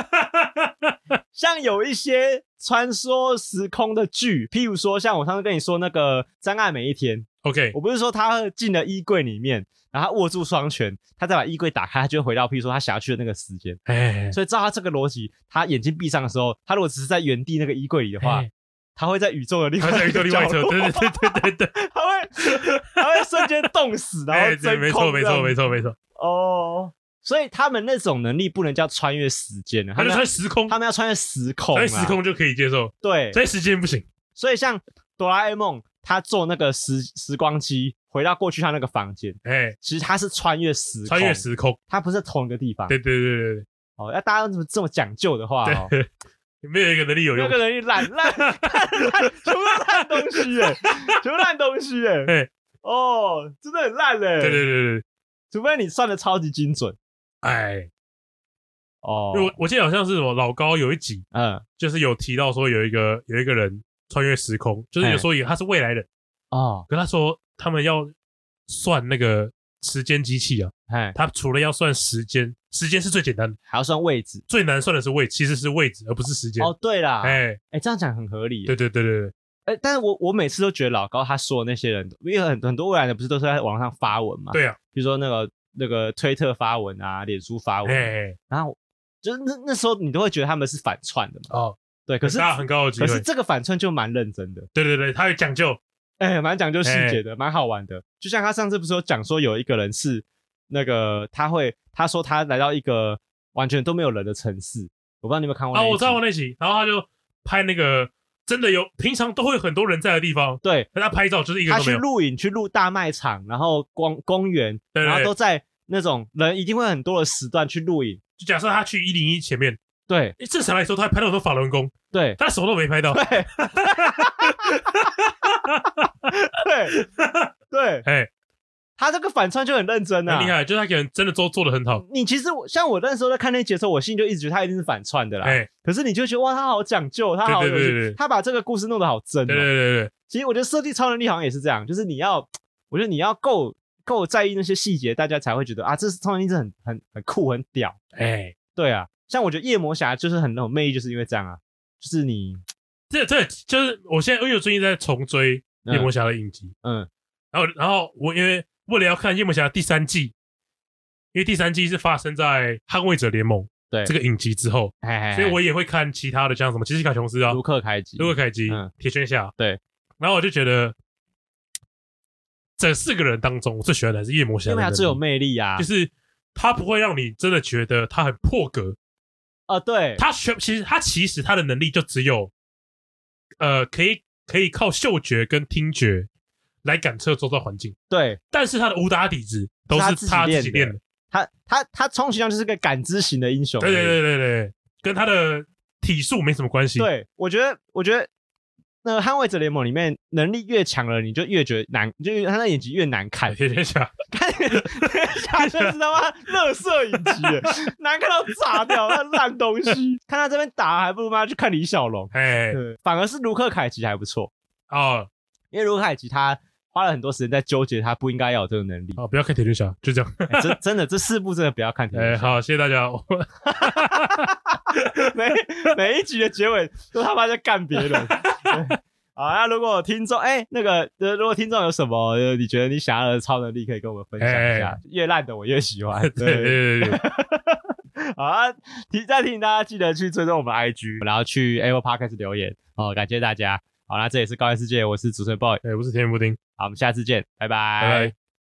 像有一些穿梭时空的剧，譬如说像我上次跟你说那个《真爱每一天》， OK，我不是说他进了衣柜里面，然后他握住双拳，他再把衣柜打开，他就会回到譬如说他想要去的那个时间。哎，所以照他这个逻辑，他眼睛闭上的时候，他如果只是在原地那个衣柜里 的话，哎他会在宇宙的另他外在宇宙一另个外一角侧，落，对对对对对对，他会他会瞬间冻死，然 后哎，对，真空、没错没错没错。错没错，哦，所以他们那种能力不能叫穿越时间啊的，他他就们要穿时空，他们要穿越时空、穿啊，越时空就可以接受，对，穿越时间不行，所以像哆啦 A 梦，他坐那个时时光机回到过去他那个房间，哎，其实他是穿越时空，啊穿越，时空，他不是同一个地方。对对对对哦，要大家怎么这么讲究的话、哦，对对，没有一个能力有那用，个人一烂烂烂烂，全部都烂东西哎，全部烂东西哎、哎哦，真的很烂哎、对对对对对。除非你算的超级精准哎，哦因为。我我记得好像是什么老高有一集，嗯，就是有提到说有一个有一个人穿越时空，就是有说有他是未来人，哦，可他说他们要算那个时间机器啊，哎，他除了要算时间，时间是最简单的，还要算位置。最难算的是位，其实是位置而不是时间。哦，对啦，哎、哎，这样讲很合理耶。对对对对对，哎、但是我我每次都觉得老高他说的那些人，因为很很多未来的不是都是在网上发文嘛，，对啊，比如说那个那个推特发文啊，脸书发文，哎，哎然后就是那那时候你都会觉得他们是反串的嘛，哦，对，可是大家很高的机可会是，这个反串就蛮认真的，对对对，他有讲究，哎、蛮讲究细节的，蛮、好玩的。就像他上次不是有讲说有一个人是那个他会，他说他来到一个完全都没有人的城市，我不知道你有没有看过啊，那一集我知道我那集，然后他就拍那个真的有，平常都会有很多人在的地方，对可他拍照就是一个他都没去有，露营，去露大卖场，然后光公园，对然后对都对，在那种人一定会很多的时段去露营。就假设他去一零一前面，对诶正常来说他还拍到很多法轮功， 对他什么都没拍到，对对对，哎，他这个反串就很认真啊，嗯很厉。害，哦就是他可能真的都做的很好，你其实我像我那时候在看那集的时候，我心里就一直觉得他一定是反串的啦。哎，可是你就觉得哇，他好讲究，他好有对趣，对对对对他把这个故事弄得好真、对哦。对对对，其实我觉得设计超能力好像也是这样，就是你要，我觉得你要够够在意那些细节，大家才会觉得啊，这是超能力是很很很酷很屌。哎，对啊，像我觉得夜魔侠就是很有魅力，就是因为这样啊，就是你这这就是我现在因为我最近在重追嗯夜魔侠的影集，嗯然后然后我因为为了要看夜魔侠第三季，因为第三季是发生在捍卫者联盟对这个影集之后，嘿嘿嘿所以我也会看其他的，像什么杰西卡琼斯啊、卢克凯奇，卢克凯奇嗯、铁拳侠，对，然后我就觉得这四个人当中，我最喜欢的还是夜魔侠的夜魔能力，侠最有魅力啊，就是他不会让你真的觉得他很破格，啊对，他全其实他其实他的能力就只有，呃，可以可以靠嗅觉跟听觉来感测周遭环境，对但是他的武打底子都是是他他自己自己练练的的，他他他充其量就是个感知型的英雄而对已，对对对对，跟他的体术没什么关系。对，我觉得，我觉得那个《捍卫者联盟》里面能力越强了，你就越觉得难，就越他那演技越难看。铁拳侠，看， 下就是他妈乐色影集耶， 难看到炸掉，那烂东西。 看他这边打，还不如妈去看李小龙。哎，对，反而是卢克凯奇还不错，哦因为卢克凯奇他花了很多时间在纠结他不应该要有这种能力。哦，不要看铁拳侠，就这样。 哎真真的，这四部真的不要看。哎，好，谢谢大家。我 每每一集的结尾都他妈在干别 人。对好，那如果听众哎、那个呃，如果听众有什么呃你觉得你想要的超能力，可以跟我们分享一下。哎。越烂的我越喜欢对 对对对，对对，好啊，提再提醒大家记得去追踪我们的 IG，然后去 Apple Podcast 留言哦，感谢大家。好，那这也是高玩世界，我是主持人 boy，哎，我是田园布丁，好，我们下次见，拜拜拜。